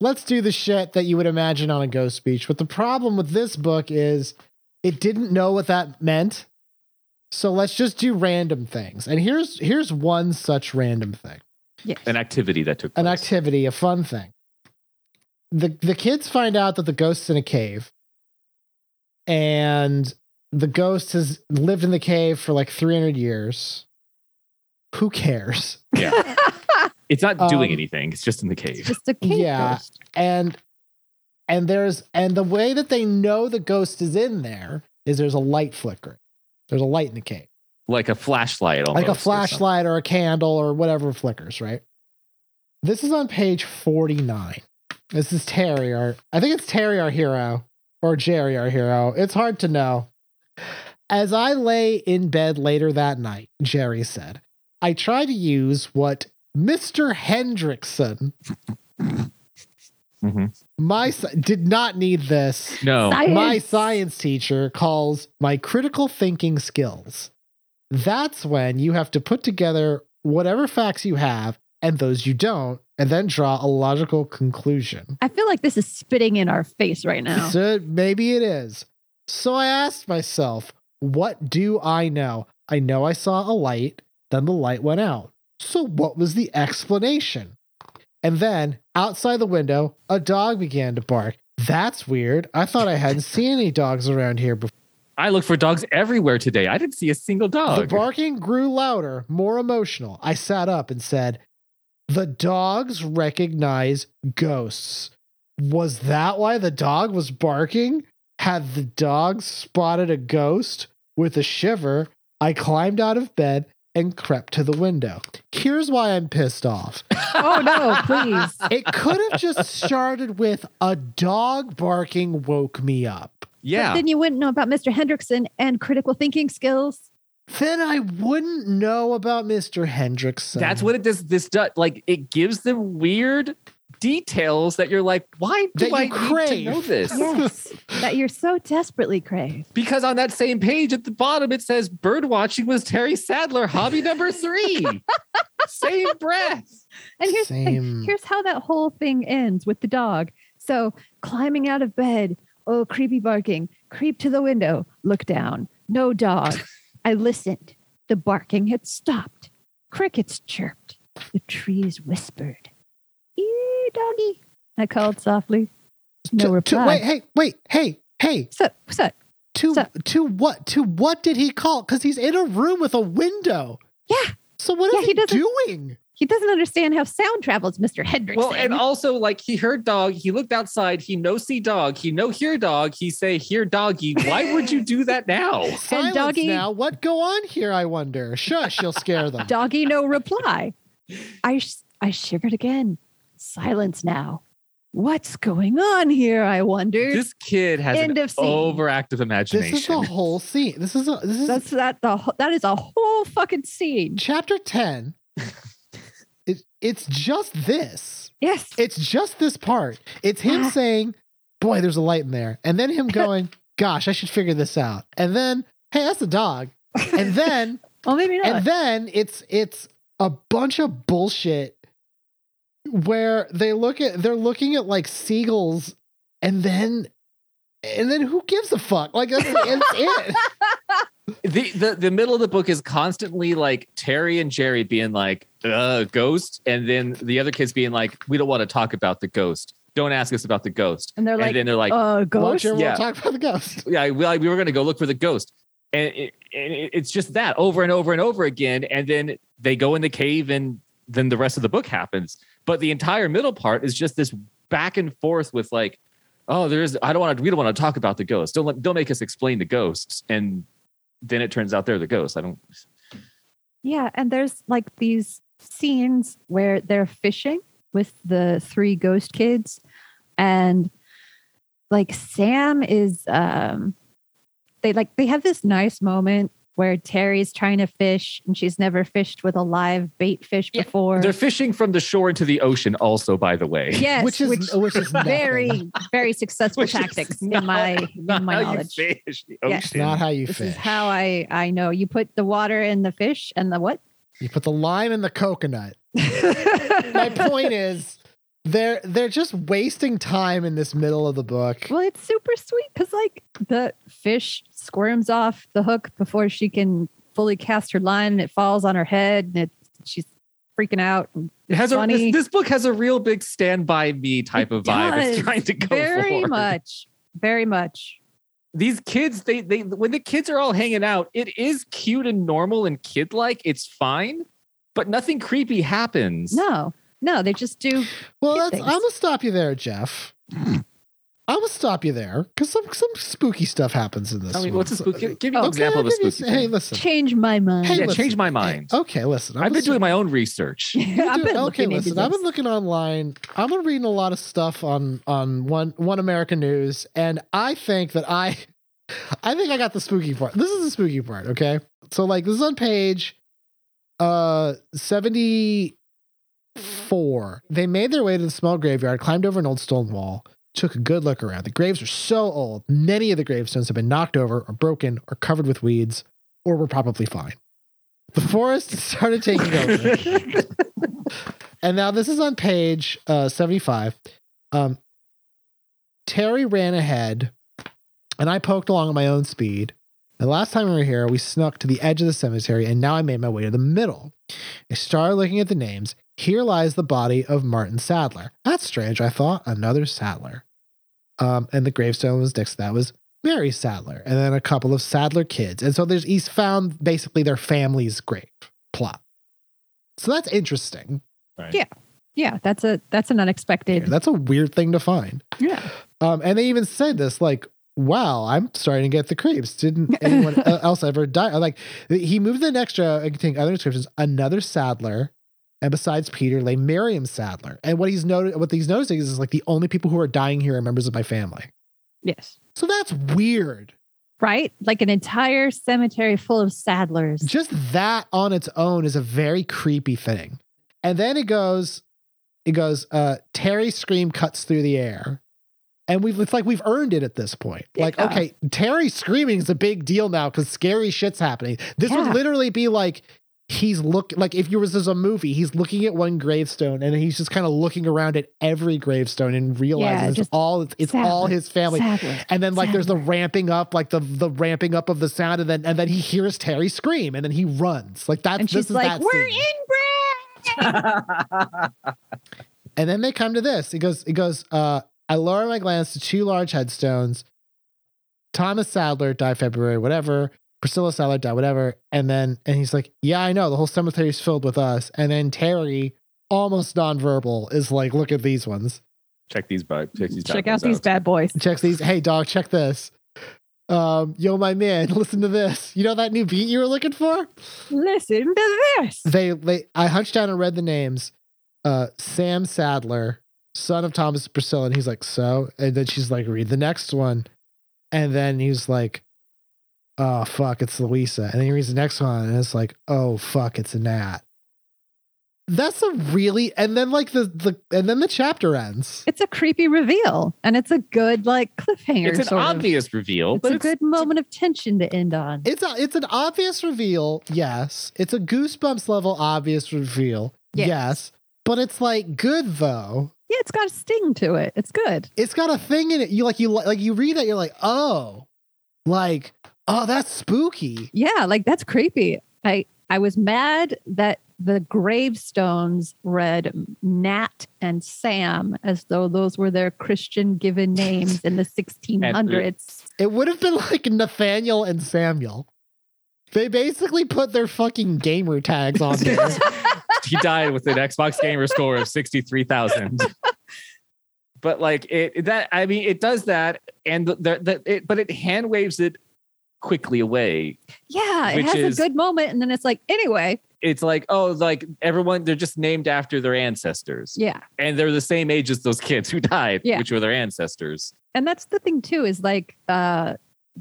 S4: let's do the shit that you would imagine on a ghost speech. But the problem with this book is it didn't know what that meant. So let's just do random things. And here's here's one such random thing
S7: Yes.
S3: An activity that took place.
S4: an activity, a fun thing. The the kids find out that the ghost's in a cave, and the ghost has lived in the cave for like 300 years. Who cares?
S3: yeah. It's not doing
S4: Um,
S3: anything. It's just in the cave.
S7: Just a cake
S4: Yeah.
S7: ghost.
S4: And and there's and the way that they know the ghost is in there is there's a light flickering. There's a light in the cave.
S3: Like a flashlight almost.
S4: like a
S3: or something.
S4: flashlight or a candle or whatever flickers, right? This is on page 49. This is Terry, our, I think it's Terry, our hero, or Jerry, our hero. It's hard to know. As I lay in bed later that night, Jerry said, I tried to use what Mr. Hendrickson,
S3: Mhm.
S4: my, sci- did not need this.
S3: No.
S4: My science teacher calls my critical thinking skills. That's when you have to put together whatever facts you have and those you don't, and then draw a logical conclusion.
S7: I feel like this is spitting in our face right now.
S4: So maybe it is. So I asked myself, what do I know? I know I saw a light, then the light went out. So what was the explanation? And then outside the window, a dog began to bark. That's weird. I thought I hadn't seen any dogs around here before.
S3: I looked for dogs everywhere today. I didn't see a single
S4: The
S3: dog.
S4: barking grew louder, more emotional. I sat up and said, The dogs recognize ghosts. Was that why the dog was barking? Had the dog spotted a ghost? With a shiver, I climbed out of bed and crept to the window. Here's why I'm pissed off.
S5: [LAUGHS] Oh no, please.
S4: It could have just started with a dog barking woke me up.
S5: But
S3: yeah.
S5: then you wouldn't know about Mr. Hendrickson and critical thinking skills.
S4: Then I wouldn't know about Mr. Hendrickson.
S3: That's what it does. This does like it gives them weird details that you're like, why do
S4: That you
S3: I need
S4: crave.
S3: to know this?
S5: Yes. [LAUGHS] that you're so desperately crave.
S3: Because on that same page at the bottom it says bird watching was Terry Sadler hobby number three. same breath.
S5: And here's the thing.
S4: Same.
S5: here's how that whole thing ends with the dog. So climbing out of bed, oh creepy barking, creep to the window, look down,
S4: [LAUGHS]
S5: no dog. I listened. The barking had stopped. Crickets chirped. The trees whispered. Ee doggy. I called softly. No
S4: to, to-
S5: reply.
S4: wait, hey, wait, hey, hey.
S5: So, so
S4: To
S5: So-
S4: to what? To what did he call? Because he's in a room with a window.
S5: Yeah.
S4: So what is
S5: Yeah, he
S4: he,
S5: doesn't-
S4: doing?
S5: he doesn't understand how sound travels, Mr. Hendrickson.
S3: Well, and also like he heard dog, he looked outside, he no see dog, he no hear dog, he say hear doggy. Why would you do that now?
S4: [LAUGHS] Silence
S5: doggy-
S4: now. What go on here? I wonder. Shush, you'll scare
S5: [LAUGHS]
S4: them.
S5: Doggy, no reply. I, sh- I shivered again. Silence now. What's going on here? I wondered.
S3: This kid has
S5: End
S3: an
S5: of scene.
S3: overactive
S4: This is
S3: imagination.
S4: the whole scene. This is a, this is
S5: That's that. The wh- that is a whole fucking scene.
S4: chapter ten. it, it's just this.
S5: Yes.
S4: It's just this part. It's
S5: Ah.
S4: him saying, Boy, there's a light in there. And then
S5: [LAUGHS]
S4: him going, Gosh, I should figure this out. And then, Hey, that's a dog. And then,
S5: well, maybe not.
S4: and then it's, it's a bunch of bullshit where they look at, they're looking at like seagulls and then, and then who gives a fuck? Like,
S5: [LAUGHS]
S4: that's, it's it.
S3: the, the the middle of the book is constantly like Terry and Jerry being like, uh, ghost, and then the other kids being like, we don't want to talk about the ghost. Don't ask us about the ghost.
S5: and they're
S3: And
S5: like,
S3: then they're like,
S5: uh,
S4: Won't
S5: ghost.
S4: you ever
S3: Yeah.
S4: talk about the ghost?
S3: yeah, we, like, we were going to go look for the ghost. And, it, and it- it's just that over and over and over again. And then they go in the cave, and then the rest of the book happens. But the entire middle part is just this back and forth with like, oh, there's I don't want to we don't want to talk about the ghost. Don't let, don't make us explain the ghosts. And then it turns out they're the ghosts. I don't.
S5: Yeah, and there's like these scenes where they're fishing with the three ghost kids and like Sam is um they like they have this nice moment where Terry's trying to fish and she's never fished with a live bait fish
S3: Yeah,
S5: before.
S3: They're fishing from the shore into the ocean. Also, by the way,
S5: Yes,
S4: which is, which,
S5: [LAUGHS]
S4: is nothing.
S5: very very
S3: [LAUGHS]
S5: successful
S3: Which is
S5: tactics
S3: not- [LAUGHS]
S5: in my
S3: Not
S5: in my
S3: how you
S5: knowledge.
S3: fish the
S5: Yeah.
S3: ocean.
S4: not how you
S5: This
S4: fish.
S5: is how I I know you put the water in the fish and the what?
S4: You put the lime in the coconut. My
S5: [LAUGHS]
S4: point is they're they're just wasting time in this middle of the book.
S5: Well, it's super sweet because like the fish squirms off the hook before she can fully cast her line, and it falls on her head, and it she's freaking out. And
S3: It has
S5: it's
S3: a,
S5: funny,
S3: this, this book has a real big stand by me type of
S5: It
S3: vibe. It's
S5: does.
S3: trying to go
S5: very
S3: for.
S5: much, very much.
S3: These kids, they they when the kids are all hanging out, it is cute and normal and kid like. It's fine, but nothing creepy happens.
S5: No, no, they just do.
S4: Well,
S5: Kid
S4: that's,
S5: things.
S4: I'm gonna stop you there, Jeff. I'm gonna stop you there because some some spooky stuff happens in this.
S3: Tell me
S4: one.
S3: what's a spooky? Give me an
S5: Okay,
S3: example of a
S4: I'll give you-
S3: spooky.
S4: Hey,
S3: thing.
S4: listen.
S5: Change my mind.
S4: Hey,
S5: [LAUGHS]
S3: yeah,
S4: listen.
S3: change my mind.
S4: Okay, listen. I'm
S3: I've been
S4: listening.
S3: doing my own research.
S5: I've
S4: You do-
S5: been
S4: okay,
S5: looking into
S4: listen. I've
S5: this.
S4: been looking online. I've been reading a lot of stuff on on one one American news, and I think that I, I think I got the spooky part. This is the spooky part. Okay, so like this is on page, uh, seventy four. They made their way to the small graveyard, climbed over an old stone wall, took a good look around. The graves are so old; many of the gravestones have been knocked over, or broken, or covered with weeds, or were probably fine. The forest [LAUGHS] started taking over. And now this is on page uh, 75. Um, Terry ran ahead, and I poked along at my own speed. The last time we were here, we snuck to the edge of the cemetery, and now I made my way to the middle. I started looking at the names. Here lies the body of Martin Sadler. That's strange, I thought. Another Sadler. Um, and the gravestone was next to that was Mary Sadler, and then a couple of Sadler kids. And so there's he's found basically their family's grave plot. So that's interesting.
S5: Yeah, that's a that's an unexpected.
S4: That's a weird thing to find.
S5: Yeah.
S4: Um, and they even said this, like, wow, I'm starting to get the creeps. Didn't anyone el- else ever die? Uh, Like, he moved to the next uh, containing other descriptions, another Sadler, and besides Peter lay Miriam Sadler. And what he's noted, what he's noticing is, is like the only people who are dying here are members of my family.
S5: Yes.
S4: So that's weird.
S5: Right? Like an entire cemetery full of saddlers.
S4: Just that on its own is a very creepy thing. And then it goes, it goes, uh, Terry's scream cuts through the air. And we've it's like we've earned it at this point. Like,
S5: Yeah.
S4: okay, Terry screaming is a big deal now because scary shit's happening. This
S5: Yeah.
S4: would literally be like he's look like if you was there's a movie, he's looking at one gravestone and he's just kind of looking around at every gravestone and realizes it's
S5: just
S4: all it's, it's all
S5: Sadler,
S4: his family.
S5: Sadler.
S4: And then like there's the ramping up, like the the ramping up of the sound, and then and then he hears Terry scream, and then he runs. Like that's
S5: And
S4: this
S5: she's
S4: is
S5: like,
S4: that
S5: "We're
S4: scene.
S5: inbred."
S4: And then they come to this. It goes, it goes, uh, I lower my glance to two large headstones. Thomas Sadler died February, whatever. Priscilla Sadler died, whatever. And then and he's like, Yeah, I know, the whole cemetery's filled with us. And then Terry, almost nonverbal, is like, look at these ones.
S8: Check these bugs. Check these
S5: Check out
S8: bugs
S5: these bad boys.
S4: checks these. Hey, dog, check this. Um, yo, my man, [LAUGHS] listen to this. You know that new beat you were looking for?
S5: Listen to this.
S4: They, they, I hunched down and read the names. Uh, Sam Sadler, son of Thomas Priscilla, and he's like, so, and then she's like, read the next one, and then he's like, oh fuck, it's Louisa, and then he reads the next one, and it's like, oh fuck, it's Nat. That's a really, and then like the the, and then the chapter ends.
S5: It's a creepy reveal, and it's a good like cliffhanger.
S3: It's an
S5: sort of.
S3: obvious reveal,
S5: It's
S3: but
S5: a
S3: it's,
S5: good moment of tension to end on.
S4: It's a, it's an obvious reveal, yes. It's a goosebumps level obvious reveal, yes.
S5: Yes.
S4: But it's like good though.
S5: yeah, it's got a sting to it. It's good.
S4: It's got a thing in it. You like you li- like you read that you're like oh, like oh that's spooky.
S5: Yeah, like that's creepy. I I was mad that the gravestones read Nat and Sam as though those were their Christian given names in
S3: [LAUGHS]
S5: the 1600s.
S4: It would have been [LAUGHS] like Nathaniel and Samuel. They basically put their fucking gamer tags on there.
S3: he died with an Xbox gamer score of 63,000. But like it that I mean it does that and the, the, the it but it hand waves it quickly away.
S5: Yeah, it
S3: Which
S5: has
S3: is-
S5: a good moment and then it's like anyway,
S3: It's like oh like everyone they're just named after their ancestors
S5: yeah.
S3: and they're the same age as those kids who died
S5: Yeah.
S3: which were their ancestors
S5: And that's the thing too is like uh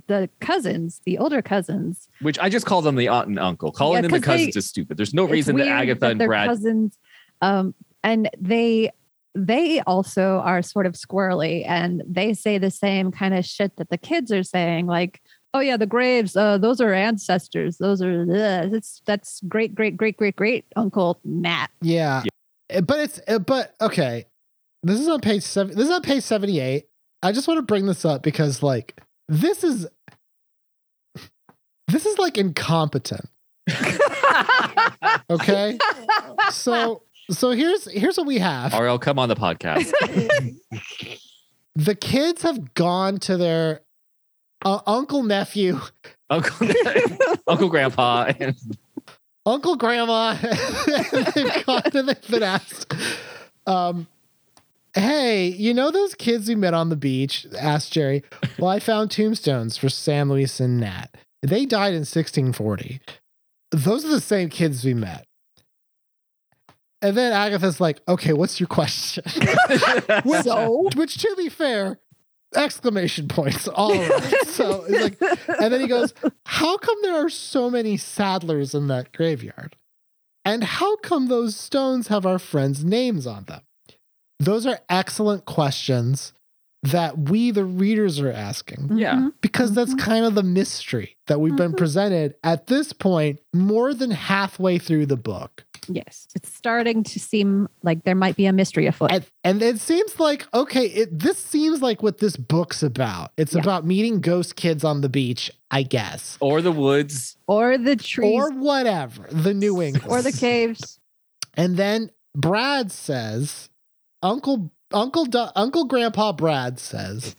S5: the cousins, the older cousins.
S3: which I just call them the aunt and uncle. Calling
S5: Yeah,
S3: them the
S5: 'cause they-
S3: cousins is stupid. There's no
S5: It's
S3: reason that
S5: weird
S3: Agatha
S5: that
S3: and
S5: they're
S3: Brad
S5: cousins um and they they also are sort of squirrely and they say the same kind of shit that the kids are saying like oh yeah the graves uh those are ancestors those are the that's that's great great great great great uncle Matt [LAUGHS]
S4: Yeah. Uh, But it's uh, but okay. This is on page seven. This is on page seventy-eight. I just want to bring this up because like this is this is like incompetent. okay. So so here's here's what we have.
S3: RL come on the
S5: [LAUGHS]
S3: podcast.
S4: The kids have gone to their uh, uncle nephew,
S3: uncle [LAUGHS] Uncle Grandpa
S5: [LAUGHS]
S3: and
S4: uncle grandma. [LAUGHS] they've gone and they've been asked. Um Hey, you know those kids we met on the beach? asked Jerry. Well, I found tombstones for Sam, Luis, and Nat. They died in 1640. Those are the same kids we met. And then Agatha's like, okay, what's your question? which, [LAUGHS] which, to be fair, exclamation points all around. So it's like, and then he goes, how come there are so many saddlers in that graveyard? And how come those stones have our friends' names on them? Those are excellent questions that we, the readers, are asking
S3: Yeah.
S5: Mhm.
S4: because that's kind of the mystery that we've been
S5: Mhm.
S4: presented at this point, more than halfway through the book.
S5: yes it's starting to seem like there might be a mystery afoot
S4: And, and it seems like, okay, it, this seems like what this book's about. It's
S5: Yeah.
S4: about meeting ghost kids on the beach, I guess,
S3: [LAUGHS] or the woods.
S5: or the trees
S4: [LAUGHS] or whatever, the New England.
S5: or the caves
S4: And then Brad says, Uncle Uncle Du- Uncle Grandpa Brad says,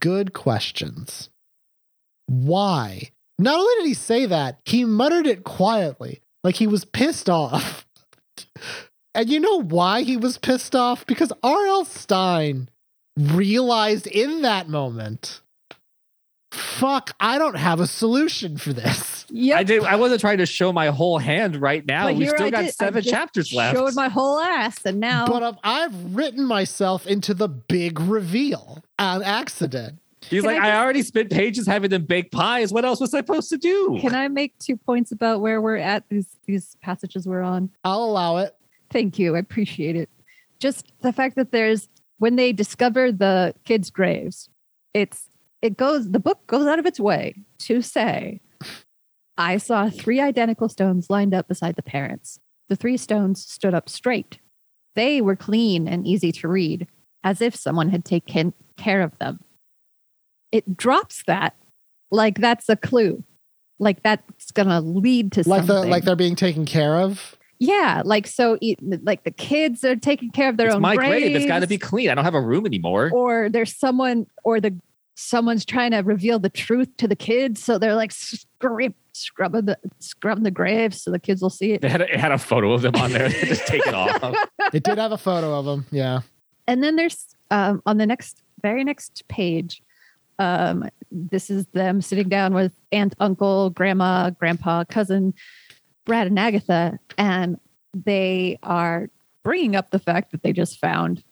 S4: "Good questions. Why?" Not only did he say that, he muttered it quietly, like he was pissed off. [LAUGHS] and you know why he was pissed off? Because R.L. Stein realized in that moment, "Fuck, I don't have a solution for this."
S5: Yep.
S3: I did. I wasn't trying to show my whole hand right now.
S5: But
S3: We've
S5: here
S3: still
S5: I
S3: got
S5: did- I
S3: seven
S5: just
S3: chapters left.
S5: Showed my whole ass, and now
S4: But I've, I've written myself into the big reveal on accident.
S3: He's
S5: Can
S3: like,
S5: I
S3: I, already spent pages having them bake pies. What else was I supposed to do?
S5: can I make two points about where we're at these these passages we're on?
S4: I'll allow it.
S5: Thank you. I appreciate it. Just the fact that there's when they discover the kids' graves, it's it goes the book goes out of its way to say I saw three identical stones lined up beside the parents. The three stones stood up straight. They were clean and easy to read, as if someone had taken care of them. It drops that like that's a clue. Like that's gonna lead to
S4: like
S5: something.
S4: the like they're being taken care of.
S5: Yeah, like so, e- like the kids are taking care of their
S3: It's
S5: own.
S3: my
S5: graves,
S3: grave. It's got to be clean. I don't have a room anymore.
S5: Or there's someone, or the someone's trying to reveal the truth to the kids, so they're like scrub, scrubbing the scrubbing the graves so the kids will see it.
S3: They had a, it had a photo of them on there. They just take it off.
S5: [LAUGHS]
S4: It did have a photo of them. Yeah.
S5: And then there's um, on the next, very next page. Um, this is them sitting down with aunt, uncle, grandma, grandpa, cousin, Brad, and Agatha, and they are bringing up the fact that they just found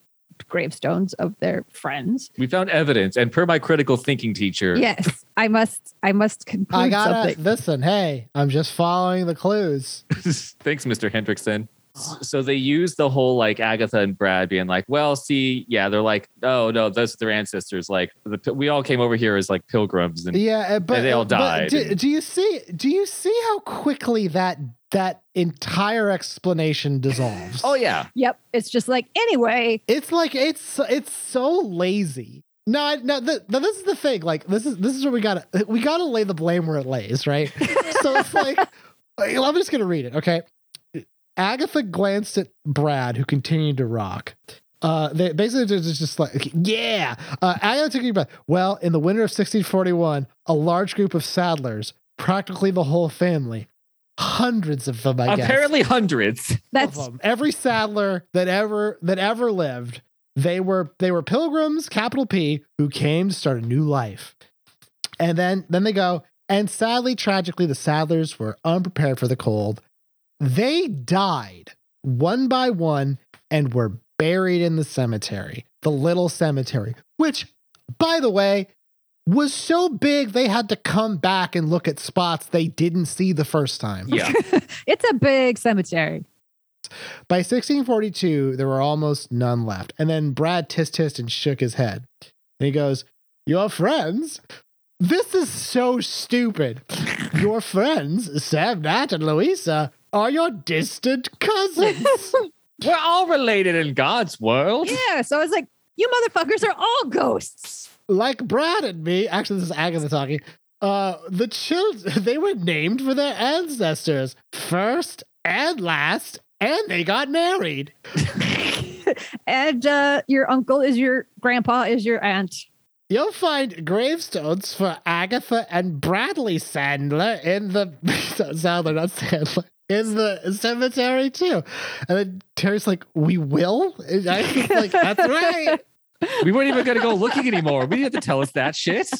S5: gravestones of their friends.
S3: We found evidence, and per my critical thinking teacher,
S5: Yes, I must. I must conclude
S4: I gotta
S5: something.
S4: listen. Hey, I'm just following the clues.
S3: [LAUGHS] Thanks, Mr. Hendrickson.
S5: Oh.
S3: S- So they use the whole like Agatha and Brad being like, well, see, yeah, they're like, oh no, those are their ancestors. Like the, p- we all came over here as like pilgrims, and
S4: Yeah, uh, but
S3: And they all
S4: but
S3: died
S4: do,
S3: and-
S4: do you see? Do you see how quickly that that entire explanation dissolves?
S3: oh yeah,
S5: Yep, it's just like anyway.
S4: It's like it's it's so lazy. No, I- no, th- no. This is the thing. Like this is this is where we gotta we gotta lay the blame where it lays, right? so it's like I'm just gonna read it. Okay. Agatha glanced at Brad, who continued to rock. Uh, they basically just- just, just like, yeah. Uh, Agatha took a breath. Well, in the winter of 1641, a large group of saddlers, practically the whole family, hundreds of them, I guess
S3: apparently
S5: [LAUGHS]
S3: hundreds.
S5: That's
S4: of them. every saddler that ever that ever lived. They were they were pilgrims, capital P, who came to start a new life. And then then they go, and sadly, tragically, the saddlers were unprepared for the cold. They died one by one and were buried in the cemetery, the little cemetery, which, by the way, was so big they had to come back and look at spots they didn't see the first time.
S3: Yeah,
S5: it's a big cemetery.
S4: By 1642, there were almost none left. And then Brad tis tissed and shook his head. And he goes, Your friends? This is so stupid. Your friends, Sam, Nat, and Louisa, are your distant cousins.
S3: we're all related in God's world.
S5: Yeah, so I was like, you motherfuckers are all ghosts.
S4: like Brad and me. Actually, this is Agatha talking. Uh, the children, [LAUGHS] they were named for their ancestors, first and last, and they got married.
S5: [LAUGHS] And uh, your uncle is your grandpa is your aunt.
S4: You'll find gravestones for Agatha and Bradley Sandler in the [LAUGHS] Sandler, not Sandler, in the cemetery too. And then Terry's like, "We will." And I was like, "That's right."
S3: We weren't even gonna go looking anymore. We didn't have to tell us that shit.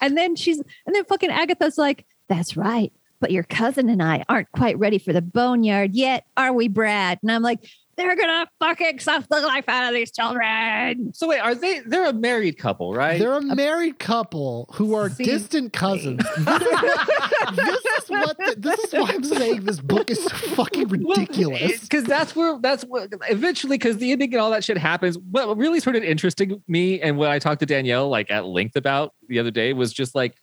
S5: And then she's and then fucking Agatha's like, that's right. But your cousin and I aren't quite ready for the boneyard yet, are we, Brad? And I'm like, they're gonna fucking suck the life out of these children.
S3: [LAUGHS] So wait, are they? They're a married couple, right?
S4: They're a married couple who are
S5: See?
S4: distant cousins. this is what. The, this is why I'm saying this book is so fucking ridiculous.
S3: Because that's where that's where eventually because the ending and all that shit happens. What really sort of interested me and what I talked to Danielle like at length about the other day was just like,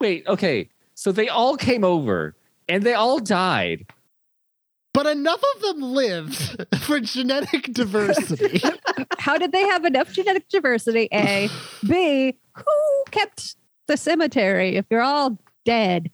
S3: wait, okay, so they all came over and they all died.
S4: But enough of them lived [LAUGHS] for genetic diversity.
S5: How did they have enough genetic diversity? A. B. Who kept the cemetery if you're all dead?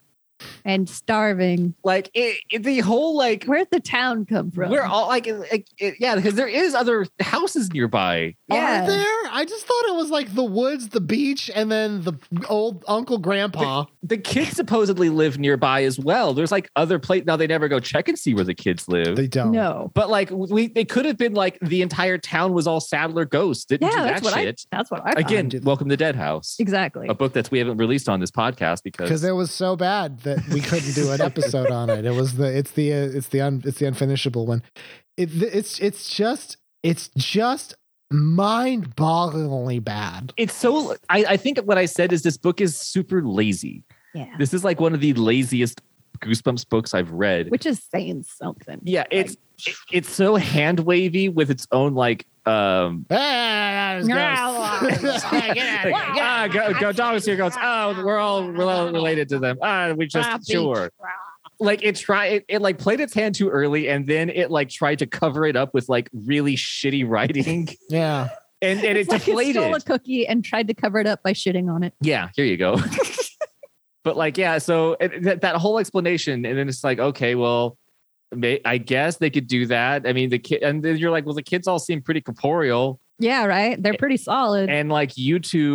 S5: and starving.
S3: Like it, it- the whole like
S5: Where'd the town come from?
S3: we're all like, like it- yeah, because there is other houses nearby.
S4: Are there? I just thought it was like the woods, the beach, and then the old uncle grandpa.
S3: The kids supposedly live nearby as well. There's like other place. Now they never go check and see where the kids live.
S4: They don't.
S5: no.
S3: but like we, they could have been like the entire town was all Sadler ghosts. Didn't
S5: Yeah,
S3: do that
S5: that's what
S3: shit.
S5: I. That's what I. thought.
S3: Again, Oh. welcome to Dead House,
S5: Exactly.
S3: a book that we haven't released on this podcast because
S4: Because it was so bad that we couldn't do
S3: [LAUGHS]
S4: an episode on it. It was the it's the uh, it's the un, it's the unfinishable one. It, it's it's just it's just mind-bogglingly bad.
S3: it's so. I, I think what I said is this book is super lazy.
S5: Yeah.
S3: This is like one of the laziest Goosebumps books I've read.
S5: Which is saying something.
S3: Yeah, it's it- it's so hand wavy with its own like um
S4: Ah, there's ghosts.
S3: like, ah go, go dogs here goes oh we're all we're all related to them ah we
S5: Ah,
S3: just
S5: beach.
S3: sure like it tried it, it like played its hand too early and then it like tried to cover it up with like really shitty [LAUGHS] writing
S4: [LAUGHS] yeah.
S3: and and it
S5: It's like it
S3: deflated
S5: stole a cookie and tried to cover it up by shitting on it.
S3: yeah here you
S5: [LAUGHS]
S3: go but like yeah so it, that, that whole explanation and then it's like okay well may, i guess they could do that i mean the kid and then you're like well the kids all seem pretty corporeal
S5: Yeah, right. They're pretty solid.
S3: and like you two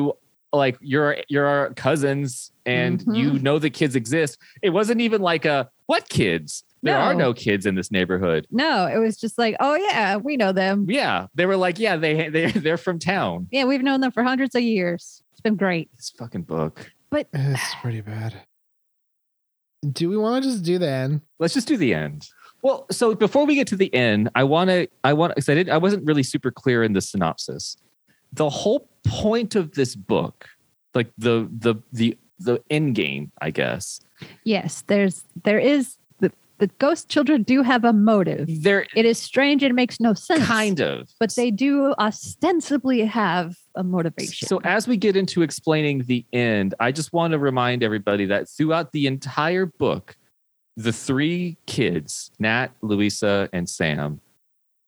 S3: like you're you're our cousins and
S5: Mhm.
S3: you know the kids exist it wasn't even like a what kids there are
S5: No.
S3: no kids in this neighborhood
S5: no, it was just like, oh yeah, we know them.
S3: yeah they were like yeah they they [LAUGHS] they're from town
S5: Yeah, we've known them for hundreds of years. It's been great.
S3: this fucking book
S4: It's pretty bad. Do we want to just do the end?
S3: let's just do the end well so before we get to the end i want to i want because i did i wasn't really super clear in the synopsis the whole point of this book like the the the the end game i guess
S5: Yes, there's there is the, the ghost children do have a motive.
S3: they're
S5: It is strange and it makes no sense.
S3: kind of
S5: But they do ostensibly have a motivation.
S3: So as we get into explaining the end, I just want to remind everybody that throughout the entire book, the three kids, Nat, Louisa, and Sam,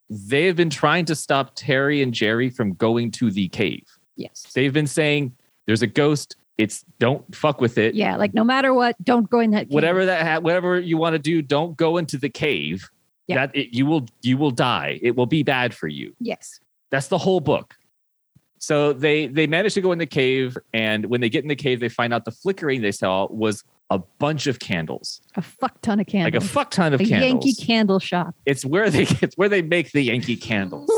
S3: they have been trying to stop Terry and Jerry from going to the cave.
S5: yes.
S3: They've been saying, "There's a ghost. It's don't fuck with it.
S5: Yeah, like no matter what, don't go in that cave.
S3: Whatever that ha- whatever you want to do, don't go into the cave.
S5: Yeah.
S3: That it, you will you will die. It will be bad for you."
S5: Yes.
S3: That's the whole book. So they they managed to go in the cave, and when they get in the cave, they find out the flickering they saw was a bunch of candles,
S5: A fuck ton
S3: like
S5: of candles.
S3: a fuck ton of
S5: a
S3: candles.
S5: Yankee candle shop.
S3: it's where they it's where they make the Yankee
S5: [LAUGHS]
S3: candles.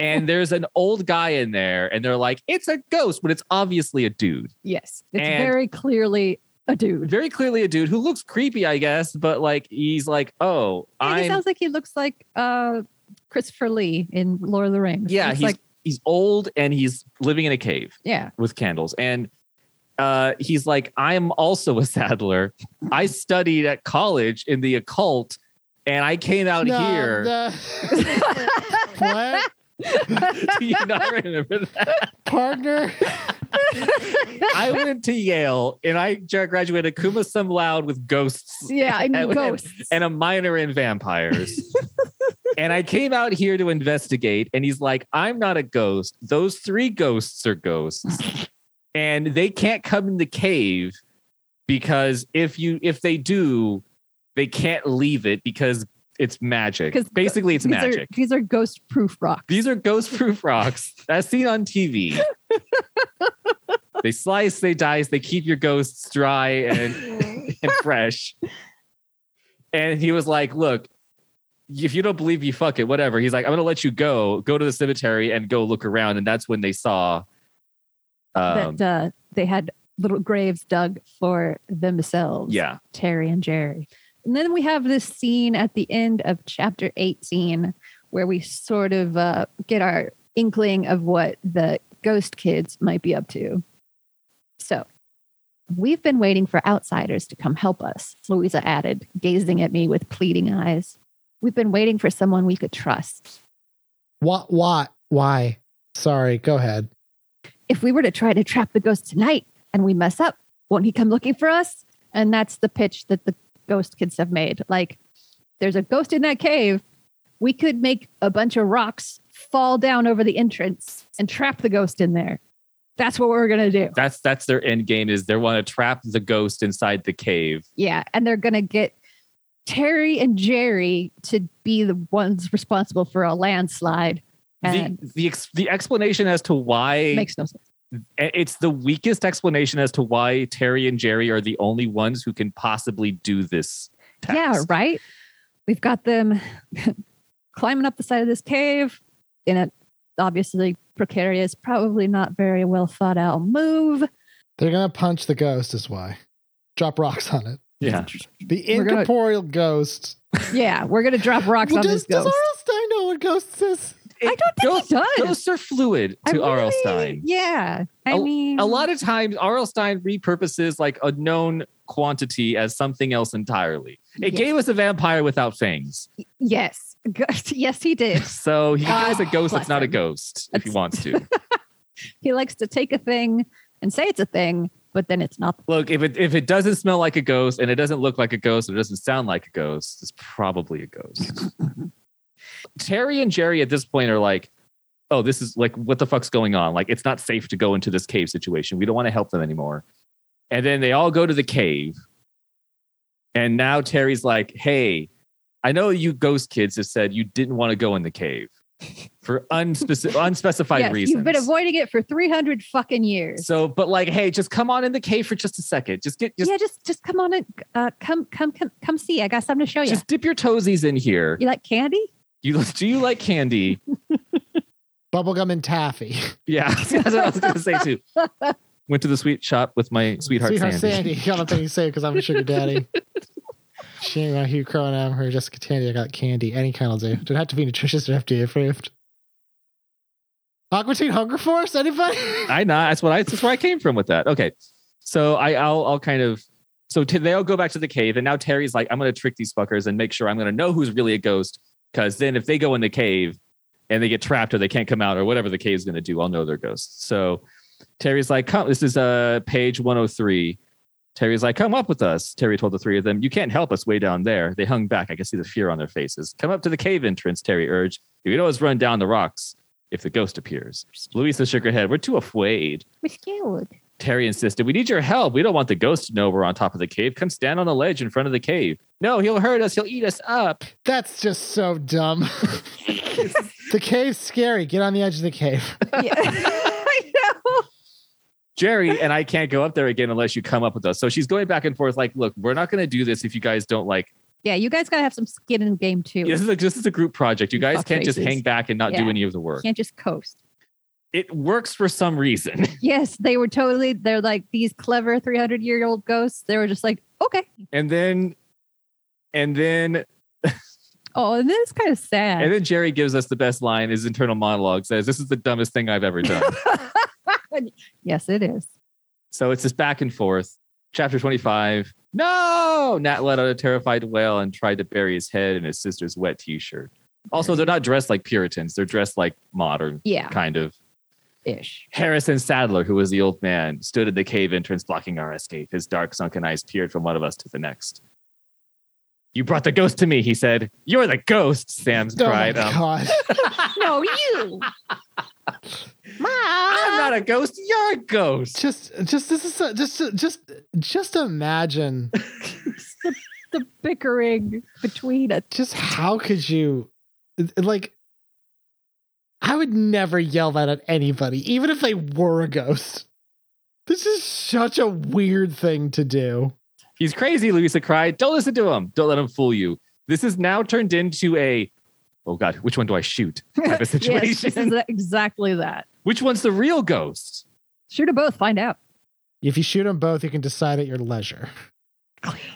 S3: and there's an old guy in there, and they're like, "It's a ghost," but it's obviously a dude,
S5: Yes. It's
S3: And-
S5: very clearly a dude.
S3: very clearly a dude who looks creepy, I guess, but like he's like, "Oh,
S5: Yeah, he
S3: I'm."
S5: sounds like he looks like uh Christopher Lee in Lord of the Rings.
S3: yeah,
S5: It's
S3: he's
S5: like
S3: he's old and he's living in a cave.
S5: yeah.
S3: with candles and uh, he's like i'm also a saddler i studied at college in the occult and i came out
S4: No,
S3: here
S4: no. [LAUGHS] what
S3: [LAUGHS] do you not remember that
S4: partner?
S3: i went to yale and i gra- graduated kuma sum loud with ghosts [LAUGHS]
S5: Yeah, I mean
S3: And-
S5: ghosts.
S3: and a minor in
S5: [LAUGHS]
S3: vampires and i came out here to investigate and he's like i'm not a ghost those three ghosts are ghosts and they can't come in the cave because if you if they do they can't leave it because it's magic
S5: 'Cause
S3: basically it's
S5: these
S3: magic
S5: Are, these are ghost proof rocks.
S3: these are ghost proof rocks as seen on
S5: [LAUGHS]
S3: tv they slice they dice they keep your ghosts dry and and fresh. And he was like, Look, if you don't believe you, fuck it, whatever. He's like, I'm gonna let you go, go to the cemetery and go look around. And that's when they saw um,
S5: that uh, they had little graves dug for themselves.
S3: yeah,
S5: Terry and Jerry. And then we have this scene at the end of chapter 18 where we sort of uh, get our inkling of what the ghost kids might be up to. So we've been waiting for outsiders to come help us, Louisa added, gazing at me with pleading eyes. We've been waiting for someone we could trust.
S4: What? What? Why? Sorry. Go ahead.
S5: if we were to try to trap the ghost tonight and we mess up, won't he come looking for us? And that's the pitch that the ghost kids have made. Like, there's a ghost in that cave. We could make a bunch of rocks fall down over the entrance and trap the ghost in there. That's what we're gonna do.
S3: That's that's their end game is they want to trap the ghost inside the cave.
S5: Yeah, and they're gonna get Terry and Jerry to be the ones responsible for a landslide.
S3: The
S5: And
S3: the, ex, the explanation as to why
S5: makes no sense.
S3: it's the weakest explanation as to why Terry and Jerry are the only ones who can possibly do this. Task.
S5: Yeah, right. We've got them [LAUGHS] climbing up the side of this cave in a obviously precarious, probably not very well thought out move.
S4: They're gonna punch the ghost, is why. Drop rocks on it.
S3: Yeah.
S4: The
S5: We're gonna-
S4: incorporeal ghost.
S5: Yeah, we're
S3: [LAUGHS]
S5: gonna drop rocks
S4: Well,
S5: on
S4: does
S5: this
S4: does
S5: ghost.
S4: Arlstein know what ghosts is?
S5: I don't think he does.
S3: Ghosts are fluid
S5: I
S3: to
S5: really-
S3: Arlstein.
S5: Yeah, I
S3: A-
S5: mean,
S3: A lot of times, Arlstein repurposes like a known quantity as something else entirely. It
S5: Yeah.
S3: gave us a vampire without fangs.
S5: Yes, [LAUGHS] yes,
S3: [LAUGHS]
S5: he did.
S3: So he has a ghost that's
S5: Bless
S3: not a
S5: him.
S3: ghost if he wants to.
S5: He likes to take a thing and say it's a thing, but then it's not.
S3: Look, if it if it doesn't smell like a ghost and it doesn't look like a ghost and it doesn't sound like a ghost, it's probably a
S5: [LAUGHS]
S3: ghost. Terry and Jerry at this point are like, oh, this is like what the fuck's going on? Like it's not safe to go into this cave situation. We don't want to help them anymore. And then they all go to the cave. And now Terry's like, hey, I know you ghost kids have said you didn't want to go in the cave for
S5: [LAUGHS]
S3: unspec- unspecified
S5: yes,
S3: reasons.
S5: you've been avoiding it for three hundred fucking years.
S3: so, but like, hey, just come on in the cave for just a second. Just get just
S5: yeah, just just come on and uh, come come come come see. I got something to show you.
S3: just dip your toesies in here.
S5: you like candy?
S3: You do you like candy?
S4: Bubblegum and taffy.
S3: Yeah, [LAUGHS] that's what I was gonna say too. Went to the sweet shop with my sweetheart,
S4: Sweetheart
S3: Sandy.
S4: Sandy. Got nothing to say because I'm a sugar
S5: [LAUGHS]
S4: daddy. she ain't my Hugh Cronin. I'm her Jessica Tandy. I got candy. Any kind will do. Did it have to be nutritious or FDA approved? Aqua Teen Hunger Force? Anybody? [LAUGHS]
S3: I know that's what I that's where I came from with that. Okay, so I I'll, I'll kind of so t- they all go back to the cave, and now Terry's like, I'm gonna trick these fuckers and make sure I'm gonna know who's really a ghost, because then if they go in the cave and they get trapped or they can't come out or whatever the cave's gonna do, I'll know they're ghosts. So Terry's like, come. This is uh page 103. Terry's like, come up with us. Terry told the three of them, you can't help us way down there. They hung back. I could see the fear on their faces. Come up to the cave entrance, Terry urged. You can always run down the rocks if the ghost appears. Louisa shook her head. We're too afraid.
S5: We're scared.
S3: Terry insisted, We need your help. We don't want the ghost to know we're on top of the cave. Come stand on the ledge in front of the cave. No, he'll hurt us. He'll eat us up.
S4: That's just so
S5: [LAUGHS]
S4: dumb. [LAUGHS] the cave's scary. Get on the edge of the cave.
S5: [LAUGHS] Yeah. [LAUGHS] I know.
S3: Jerry and I can't go up there again unless you come up with us. So she's going back and forth, like, Look, we're not going to do this if you guys don't like
S5: Yeah, you guys gotta have some skin in the game too.
S3: this. Is a, this is a group project. You guys
S7: Fuck
S3: can't just
S7: faces.
S3: hang back and not do
S5: Yeah.
S3: any of the work.
S5: Can't just coast.
S3: It works for some reason. [LAUGHS]
S5: Yes, they were totally. They're like these clever 300 year old ghosts. They were just like, okay.
S3: and then, and then
S5: Oh, and then it's kind of sad.
S3: And then Jerry gives us the best line. His internal monologue says, "This is the dumbest thing I've ever done."
S5: yes, it is.
S3: so it's this back and forth. Chapter twenty-five. No, Nat let out a terrified wail and tried to bury his head in his sister's wet T-shirt. Also, they're not dressed like Puritans; they're dressed like modern,
S5: Yeah,
S3: kind of.
S5: ish.
S3: Harrison Sadler, who was the old man, stood at the cave entrance, blocking our escape. His dark, sunken eyes peered from one of us to the next. You brought the ghost to me, he said. You're the ghost, Sam
S4: Oh
S3: cried.
S4: my
S3: Um,
S4: god.
S5: No, you.
S3: I'm not a ghost. You're a ghost.
S4: Just, just this is so, just, just, just imagine.
S5: the bickering between a
S4: Just how could you, like? I would never yell that at anybody, even if they were a ghost. This is such a weird thing to do.
S3: He's crazy, Louisa cried. Don't listen to him. Don't let him fool you. This is now turned into a, oh God, which one do I shoot type of situation.
S5: [LAUGHS] Yes, this is exactly that.
S3: which one's the real ghost?
S5: Shoot them both. Find out.
S4: If you shoot them both, you can decide at your leisure.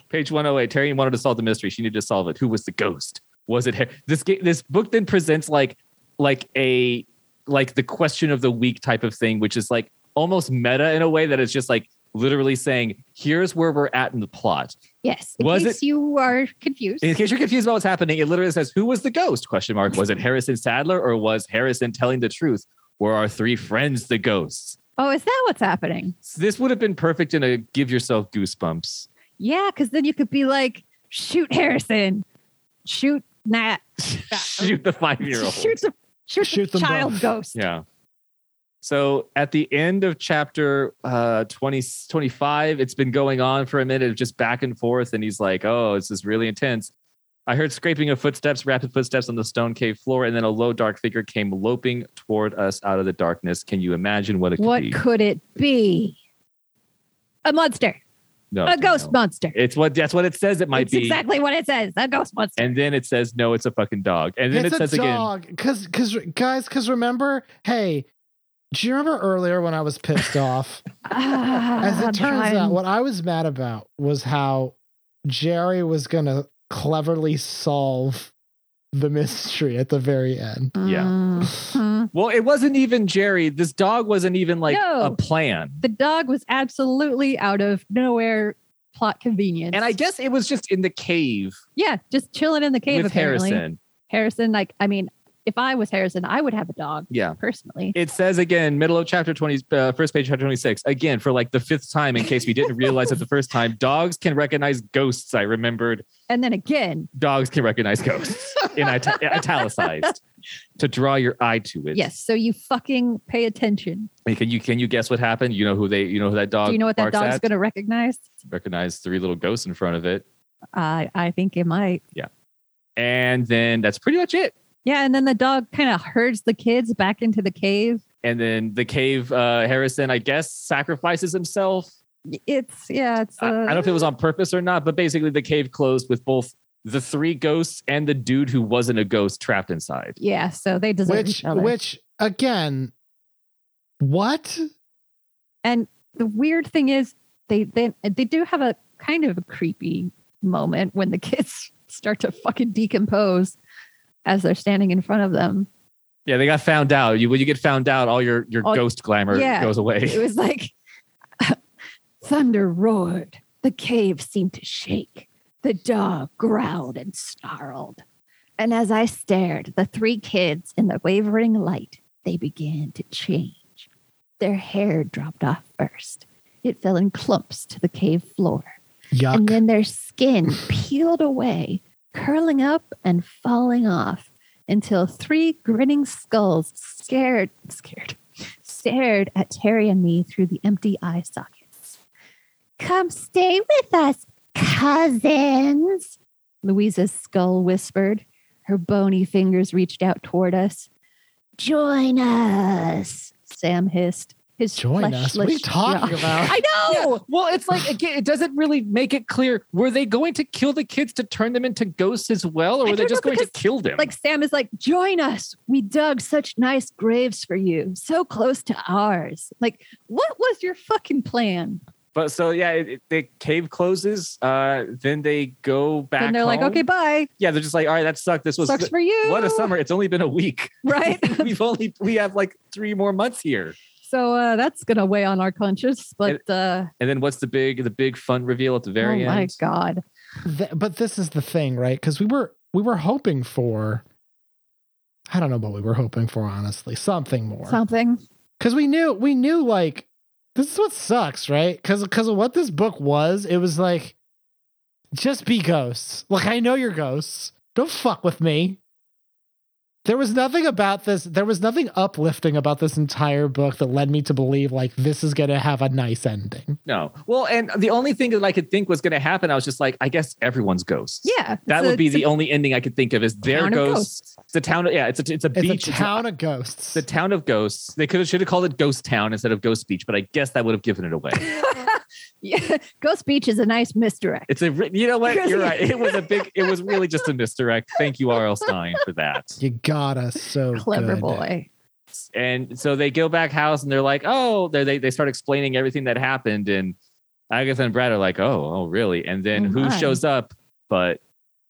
S3: Page 108. Terry wanted to solve the mystery. She needed to solve it. Who was the ghost? Was it her? This, ga- this book then presents like, like a, like the question of the week type of thing, which is like almost meta in a way that it's just like literally saying, here's where we're at in the plot.
S5: Yes. In
S3: Was
S5: case you are confused.
S3: In case you're confused about what's happening, it literally says, "Who was the ghost?" Question mark. Was it Harrison Sadler or was Harrison telling the truth? Were our three friends the ghosts?
S5: oh, is that what's happening?
S3: So this would have been perfect in a give yourself goosebumps.
S5: Yeah, because then you could be like, shoot Harrison, shoot Nat,
S3: [LAUGHS] Shoot the five year old.
S5: shoot the shoot,
S4: Shoot
S5: the
S4: them
S5: child
S4: both.
S5: ghost.
S3: Yeah. So at the end of chapter uh, 20, 25, it's been going on for a minute, just back and forth. And he's like, oh, this is really intense. I heard scraping of footsteps, rapid footsteps on the stone cave floor, and then a low dark figure came loping toward us out of the darkness. Can you imagine what it could
S5: What
S3: be?
S5: could it be? A monster,
S3: no,
S5: a ghost
S3: no.
S5: monster.
S3: It's what that's what it says it might
S5: It's
S3: be.
S5: exactly what it says. A ghost monster.
S3: And then it says, no, it's a fucking dog. And then it
S4: it's
S3: says
S4: a
S3: again,
S4: dog. Because, because, guys, because remember, hey, do you remember earlier when I was
S3: [LAUGHS]
S4: pissed off? As
S5: Ah,
S4: it turns
S5: Brian.
S4: out, what I was mad about was how Jerry was going to cleverly solve the mystery at the very end.
S5: Uh-huh.
S3: Yeah.
S7: Mhm.
S3: well, it wasn't even Jerry. This dog wasn't even like a
S5: No.
S3: plan.
S5: the dog was absolutely out of nowhere plot convenience.
S3: And I guess it was just in the cave
S5: yeah, just chilling in the cave
S3: with
S5: apparently.
S3: Harrison.
S5: Harrison, like I mean, if I was Harrison, I would have a dog
S3: Yeah.
S5: personally.
S3: It says again, middle of chapter 20, uh, first page, chapter 26. Again, for like the fifth time, in case we didn't realize it the first time, dogs can recognize ghosts. I remembered
S5: And then again, dogs.
S3: dogs can recognize ghosts in ita- italicized to draw your eye to it.
S5: Yes, so you fucking pay attention.
S3: And Can you can you guess what happened? You know who they you know who that dog
S5: Do you know what that
S3: barks
S5: dog's
S3: at?
S5: going to recognize?
S3: recognize three little ghosts in front of it.
S5: I I think it might.
S3: And then that's pretty much it.
S5: Yeah, and then the dog kind of herds the kids back into the cave.
S3: And then the cave uh Harrison, I guess, sacrifices himself.
S5: It's yeah, it's uh,
S3: I, I don't know if it was on purpose or not, but basically the cave closed with both the three ghosts and the dude who wasn't a ghost trapped inside.
S5: yeah. So they deserve
S4: Which,
S5: each other.
S4: which, again, what?
S5: And the weird thing is, they they they do have a kind of a creepy moment when the [LAUGHS] kids start to fucking decompose as they're standing in front of them.
S3: Yeah, they got found out. You when you get found out, all your your
S5: All-
S3: ghost glamour
S5: yeah.
S3: goes [LAUGHS]
S5: It
S3: away.
S5: was like [LAUGHS] thunder roared. The cave seemed to shake. The dog growled and snarled. And as I stared, the three kids in the wavering light, they began to change. Their hair dropped off first. It fell in clumps to the cave floor.
S4: Yuck.
S5: and then their skin peeled away, curling up and falling off until three grinning skulls scared, scared, stared at Terry and me through the empty eye sockets. Come stay with us, cousins, Louisa's skull whispered. Her bony fingers reached out toward us. Join us, Sam hissed. His
S4: Join us. What are you
S5: fleshless
S4: talking
S5: [LAUGHS] jaw-
S4: about?
S5: I know.
S3: oh, Well, it's like again, it doesn't really make it clear. Were they going to kill the kids to turn them into ghosts as well, or
S5: I
S3: were they
S5: don't
S3: just
S5: know,
S3: going to
S5: because,
S3: kill them?
S5: like Sam is like, join us. We dug such nice graves for you, so close to ours. Like, what was your fucking plan?
S3: But so yeah, it, it, the cave closes. Uh, then they go back.
S5: and they're like,
S3: home.
S5: okay, bye.
S3: yeah, they're just like, all right, that sucked. This was
S5: Sucks for you.
S3: what a summer. It's only been a week,
S5: [LAUGHS]
S3: [LAUGHS]
S5: Right. [LAUGHS]
S3: We've only we have like three more months here.
S5: so uh, that's gonna weigh on our conscience. But uh,
S3: And then what's the big the big fun reveal at the
S5: oh
S3: very
S5: my
S3: end?
S5: god,
S4: Th- but this is the thing, right? Because we were we were hoping for, I don't know what we were hoping for, honestly, something more.
S5: something.
S4: Because we knew we knew like this is what sucks, right? Because because of what this book was, it was like, just be ghosts. Like I know you're ghosts. Don't fuck with me. There was nothing about this. There was nothing uplifting about this entire book that led me to believe like this is gonna have a nice ending.
S3: No. Well, and the only thing that I could think was going to happen, I was just like, I guess everyone's ghosts.
S5: Yeah,
S3: That
S5: it's a-
S3: would be
S5: it's a [LAUGHS]
S3: the only ending I could think of is their
S5: town of
S3: ghosts. It's a town. Of, yeah, it's a it's a
S4: It's
S3: beach.
S4: a
S3: It's
S4: town of ghosts.
S3: the town of ghosts. They could have should have called it Ghost Town instead of Ghost Beach, but I guess that would have given it
S5: [LAUGHS]
S3: away.
S5: Yeah. Ghost Beach is a nice misdirect.
S3: It's a re- you know what
S5: Because-
S3: you're right. It was a big. It was really just a misdirect. Thank you, R.L. Stein, for that.
S4: you got us so
S5: [LAUGHS] Clever
S4: good.
S5: boy.
S3: And so they go back house and they're like, oh, they they they start explaining everything that happened, and Agatha and Brad are like, oh, oh, really? And then
S5: Oh,
S3: who
S5: my.
S3: shows up? But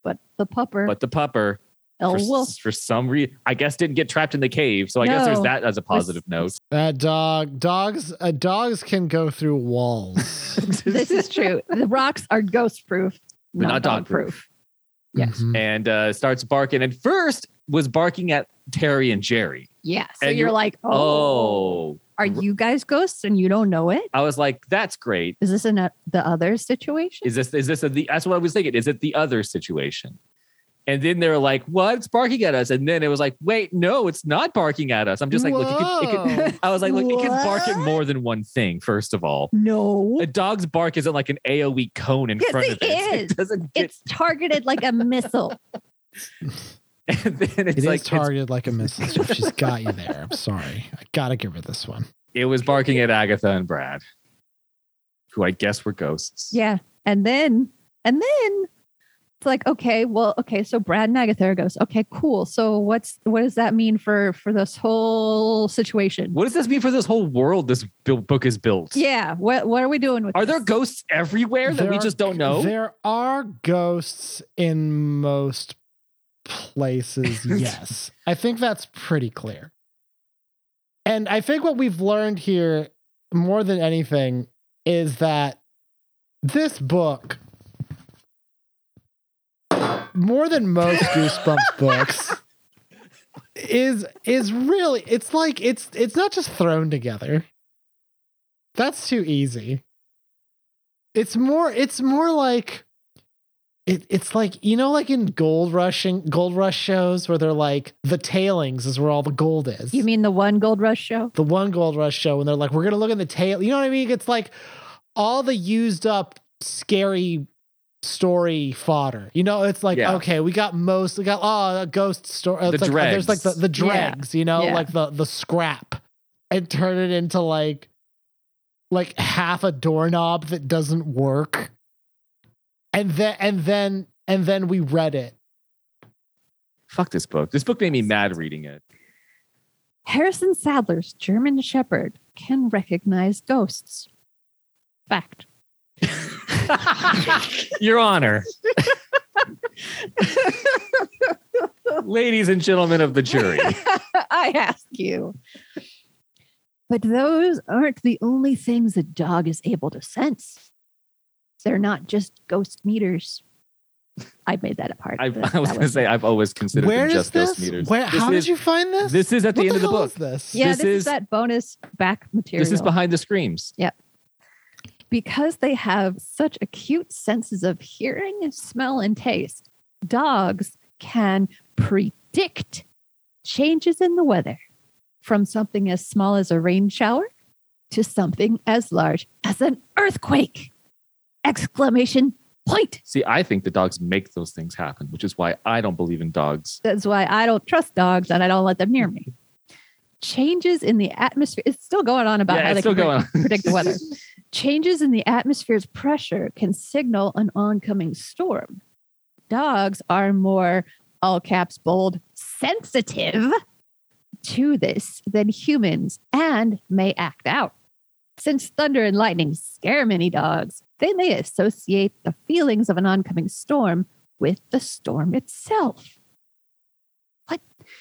S5: But the pupper,
S3: but the pupper
S5: El
S3: for, s-
S5: Wolf,
S3: for some reason, I guess didn't get trapped in the cave. So I guess there's
S5: No.
S3: that as a positive note.
S4: That Uh, dog, dogs, uh, dogs can go through walls.
S5: [LAUGHS] this is true. The rocks are ghost proof,
S3: But not dog proof.
S5: [LAUGHS] Yes.
S4: Mhm.
S3: [LAUGHS] and uh, starts barking. And first was barking at Terry and Jerry.
S5: Yeah. So
S3: And
S5: you're
S3: you-
S5: like, oh,
S3: Oh,
S5: are you guys ghosts and you don't know it?
S3: I was like, that's great.
S5: Is this in a, the other situation?
S3: Is this is this a, the? That's what I was thinking. Is it the other situation? And then they're like, "What's barking at us?" And then it was like, "Wait, no, it's not barking at us." I'm just like, "Look, it can, it can, I was like, "Look, it can bark at more than one thing." First of all,
S5: No.
S3: a dog's bark isn't like an AOE cone in
S5: Yes,
S3: front of
S5: it
S3: it. It
S5: is.
S3: doesn't get.
S5: It's targeted like a missile.
S3: [LAUGHS] and then it's
S4: It's
S3: like it's-
S4: targeted like a missile. So she's got you there. I'm sorry. I gotta give her this one.
S3: it was barking at Agatha and Brad, who I guess were ghosts.
S5: [LAUGHS] Yeah.
S7: And then,
S5: And then it's like, okay, well, okay, so Brad and Agatha are ghosts. Okay, cool. So what's what does that mean for for this whole situation?
S3: What does this mean for this whole world? This bu- book is built.
S5: Yeah. What what are we doing with
S3: Are there
S5: this?
S3: ghosts everywhere that
S4: There
S3: we
S4: are-
S3: just don't know?
S4: There are ghosts in most places,
S3: [LAUGHS]
S4: yes. I think that's pretty clear. And I think what we've learned here more than anything is that this book, more than most Goosebumps books, is is really it's like it's it's not just thrown together. That's too easy it's more it's more like it, it's like you know like in gold rushing gold rush shows where they're like the tailings is where all the gold is
S5: You mean the one gold rush show?
S4: the one gold rush show and they're like we're gonna look at the tail you know what i mean it's like all the used up scary story fodder you know it's like
S3: Yeah.
S4: okay we got most we got oh a ghost story
S3: The
S4: it's like, oh, there's like the,
S3: dregs.
S4: the dregs you know
S7: Yeah.
S4: like the the scrap and turn it into like like half a doorknob that doesn't work and then and then and then we read it
S3: Fuck this book. This book made me mad reading it.
S5: Harrison Sadler's German Shepherd can recognize ghosts. Fact.
S3: Your Honor. Ladies and gentlemen of the jury.
S5: [LAUGHS] I ask you. But those aren't the only things a dog is able to sense. They're not just ghost meters. I made that apart.
S3: I, [LAUGHS]
S5: but
S3: I was
S5: that
S3: going to say, I've always considered
S4: where
S3: them
S4: is
S3: just
S4: this
S3: ghost meters.
S4: where
S3: This
S4: how
S3: is-
S4: did you find this
S3: This is at the
S4: What
S3: end of the
S4: hell
S3: book.
S4: is this
S5: yeah,
S3: this
S5: this, is,
S3: is-
S5: that bonus back material.
S3: This is behind the screams.
S5: because they have such acute senses of hearing, smell, and taste. Dogs can predict changes in the weather from something as small as a rain shower to something as large as an earthquake. Exclamation point.
S3: See, I think the dogs make those things happen, which is why I don't believe in dogs.
S5: That's why I don't trust dogs and I don't let them near me. Changes in the atmosphere. It's still going on about
S3: yeah,
S5: how
S3: it's
S5: they
S3: still
S5: can
S3: going on.
S5: predict the weather. Changes in the atmosphere's pressure can signal an oncoming storm. Dogs are more, all caps bold, sensitive to this than humans and may act out. Since thunder and lightning scare many dogs, they may associate the feelings of an oncoming storm with the storm itself. But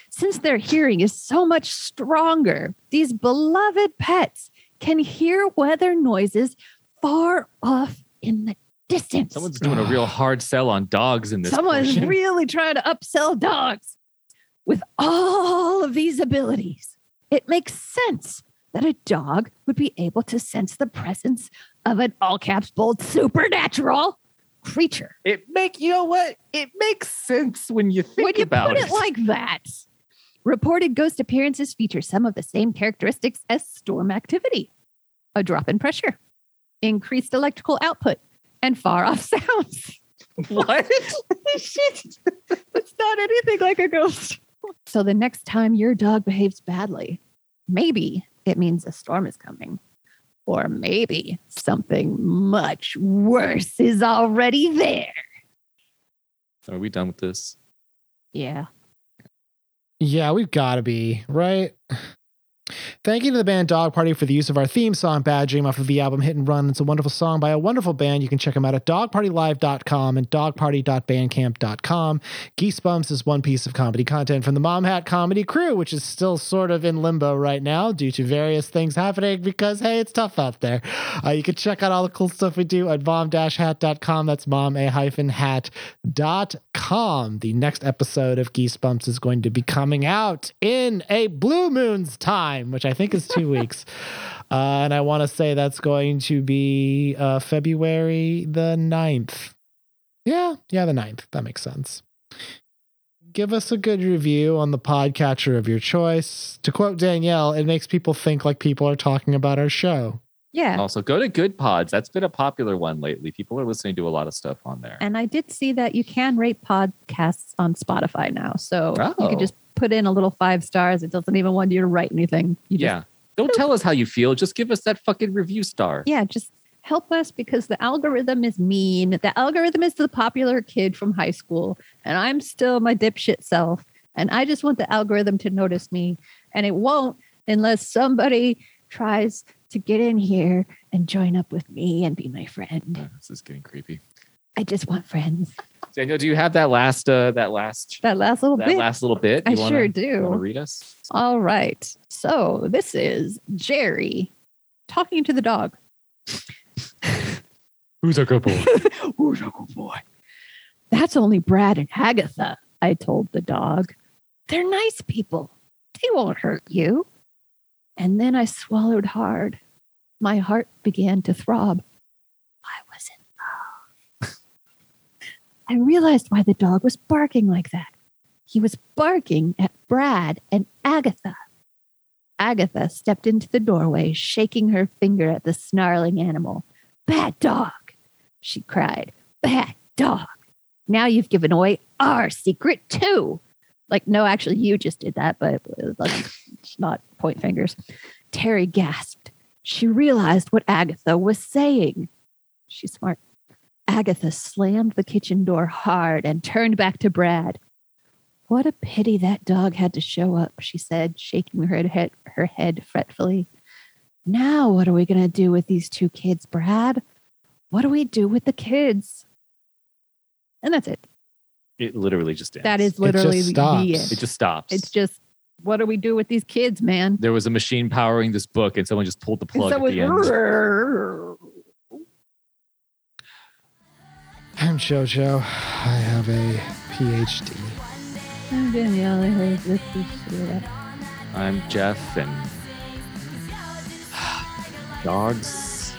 S5: since their hearing is so much stronger, these beloved pets can hear weather noises far off in the distance.
S3: Someone's doing a real hard sell on dogs in this.
S5: Someone's
S3: portion.
S5: really trying to upsell dogs. With all of these abilities, it makes sense that a dog would be able to sense the presence of an all caps bold supernatural creature.
S3: It make you know what? It makes sense when you think
S5: when you
S3: about
S5: put it like that, reported ghost appearances feature some of the same characteristics as storm activity a drop in pressure, increased electrical output, and far off [LAUGHS] sounds.
S3: [LAUGHS] what?
S5: [LAUGHS] Shit. It's not anything like a ghost. So the next time your dog behaves badly, maybe it means a storm is coming. Or maybe something much worse is already there.
S3: Are we done with this?
S5: Yeah.
S4: Yeah, we've got to be, right? Thank you to the band Dog Party for the use of our theme song, Bad Dream, off of the album Hit and Run. It's a wonderful song by a wonderful band. You can check them out at dogpartylive.com and dogparty.bandcamp.com. Geesebumps is one piece of comedy content from the Mom Hat Comedy Crew, which is still sort of in limbo right now due to various things happening because, hey, it's tough out there. Uh, you can check out all the cool stuff we do at mom-hat.com. That's mom a hyphen hat dot com. The next episode of Geesebumps is going to be coming out in a blue moon's time, which I think is two weeks. Uh, and I want to say that's going to be uh, February the 9th. Yeah, yeah, the 9th. That makes sense. give us a good review on the podcatcher of your choice. To quote Danielle, it makes people think like people are talking about our show.
S5: Yeah.
S3: Also, go to Good Pods. That's been a popular one lately. People are listening to a lot of stuff on there.
S5: And I did see that you can rate podcasts on Spotify now. So you
S3: Oh.
S5: could just put in a little five stars. It doesn't even want you to write anything. You just,
S3: yeah. Don't tell us how you feel. Just give us that fucking review star.
S5: yeah, just help us because the algorithm is mean. The algorithm is the popular kid from high school, and I'm still my dipshit self. And I just want the algorithm to notice me, and it won't unless somebody tries to get in here and join up with me and be my friend.
S3: Oh, this is getting creepy.
S5: I just want friends.
S3: Daniel, do you have that last uh that last
S5: That last little
S3: that
S5: bit.
S3: last little bit?
S5: I
S3: You wanna-
S5: sure
S3: you
S5: do.
S3: wanna read us?
S5: All right. So this is Jerry talking to the dog.
S8: Who's a good boy?
S5: Who's a good boy? That's only Brad and Agatha, I told the dog. They're nice people. They won't hurt you. And then I swallowed hard. My heart began to throb. I was in love. [LAUGHS] I realized why the dog was barking like that. He was barking at Brad and Agatha. Agatha stepped into the doorway, shaking her finger at the snarling animal. Bad dog, she cried. Bad dog. Now you've given away our secret too. Like, no, actually, you just did that, but uh, let's not point fingers. Terry gasped. She realized what Agatha was saying. She's smart. Agatha slammed the kitchen door hard and turned back to Brad. What a pity that dog had to show up, she said, shaking her head, her head fretfully. Now, what are we going to do with these two kids, Brad? What do we do with the kids? And that's it.
S3: It literally just ends.
S5: That is
S4: just
S5: literally the
S4: stops.
S5: end.
S3: it just stops.
S5: It's just, what do we do with these kids, man?
S3: there was a machine powering this book and someone just pulled the plug
S5: And
S3: at the end.
S5: someone-
S4: [LAUGHS] I'm JoJo. I have a PhD.
S5: I'm [LAUGHS] Danielle, I heard this is shit.
S3: I'm Jeff
S5: [SIGHS]
S3: and dogs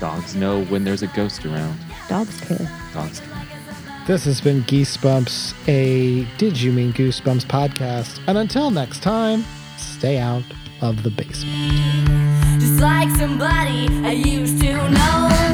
S3: dogs know when there's a ghost around.
S5: Dogs care.
S3: Dogs can
S4: This has been Geesebumps, a Did You Mean Goosebumps podcast. And until next time, stay out of the basement.
S6: Just like somebody I used to know.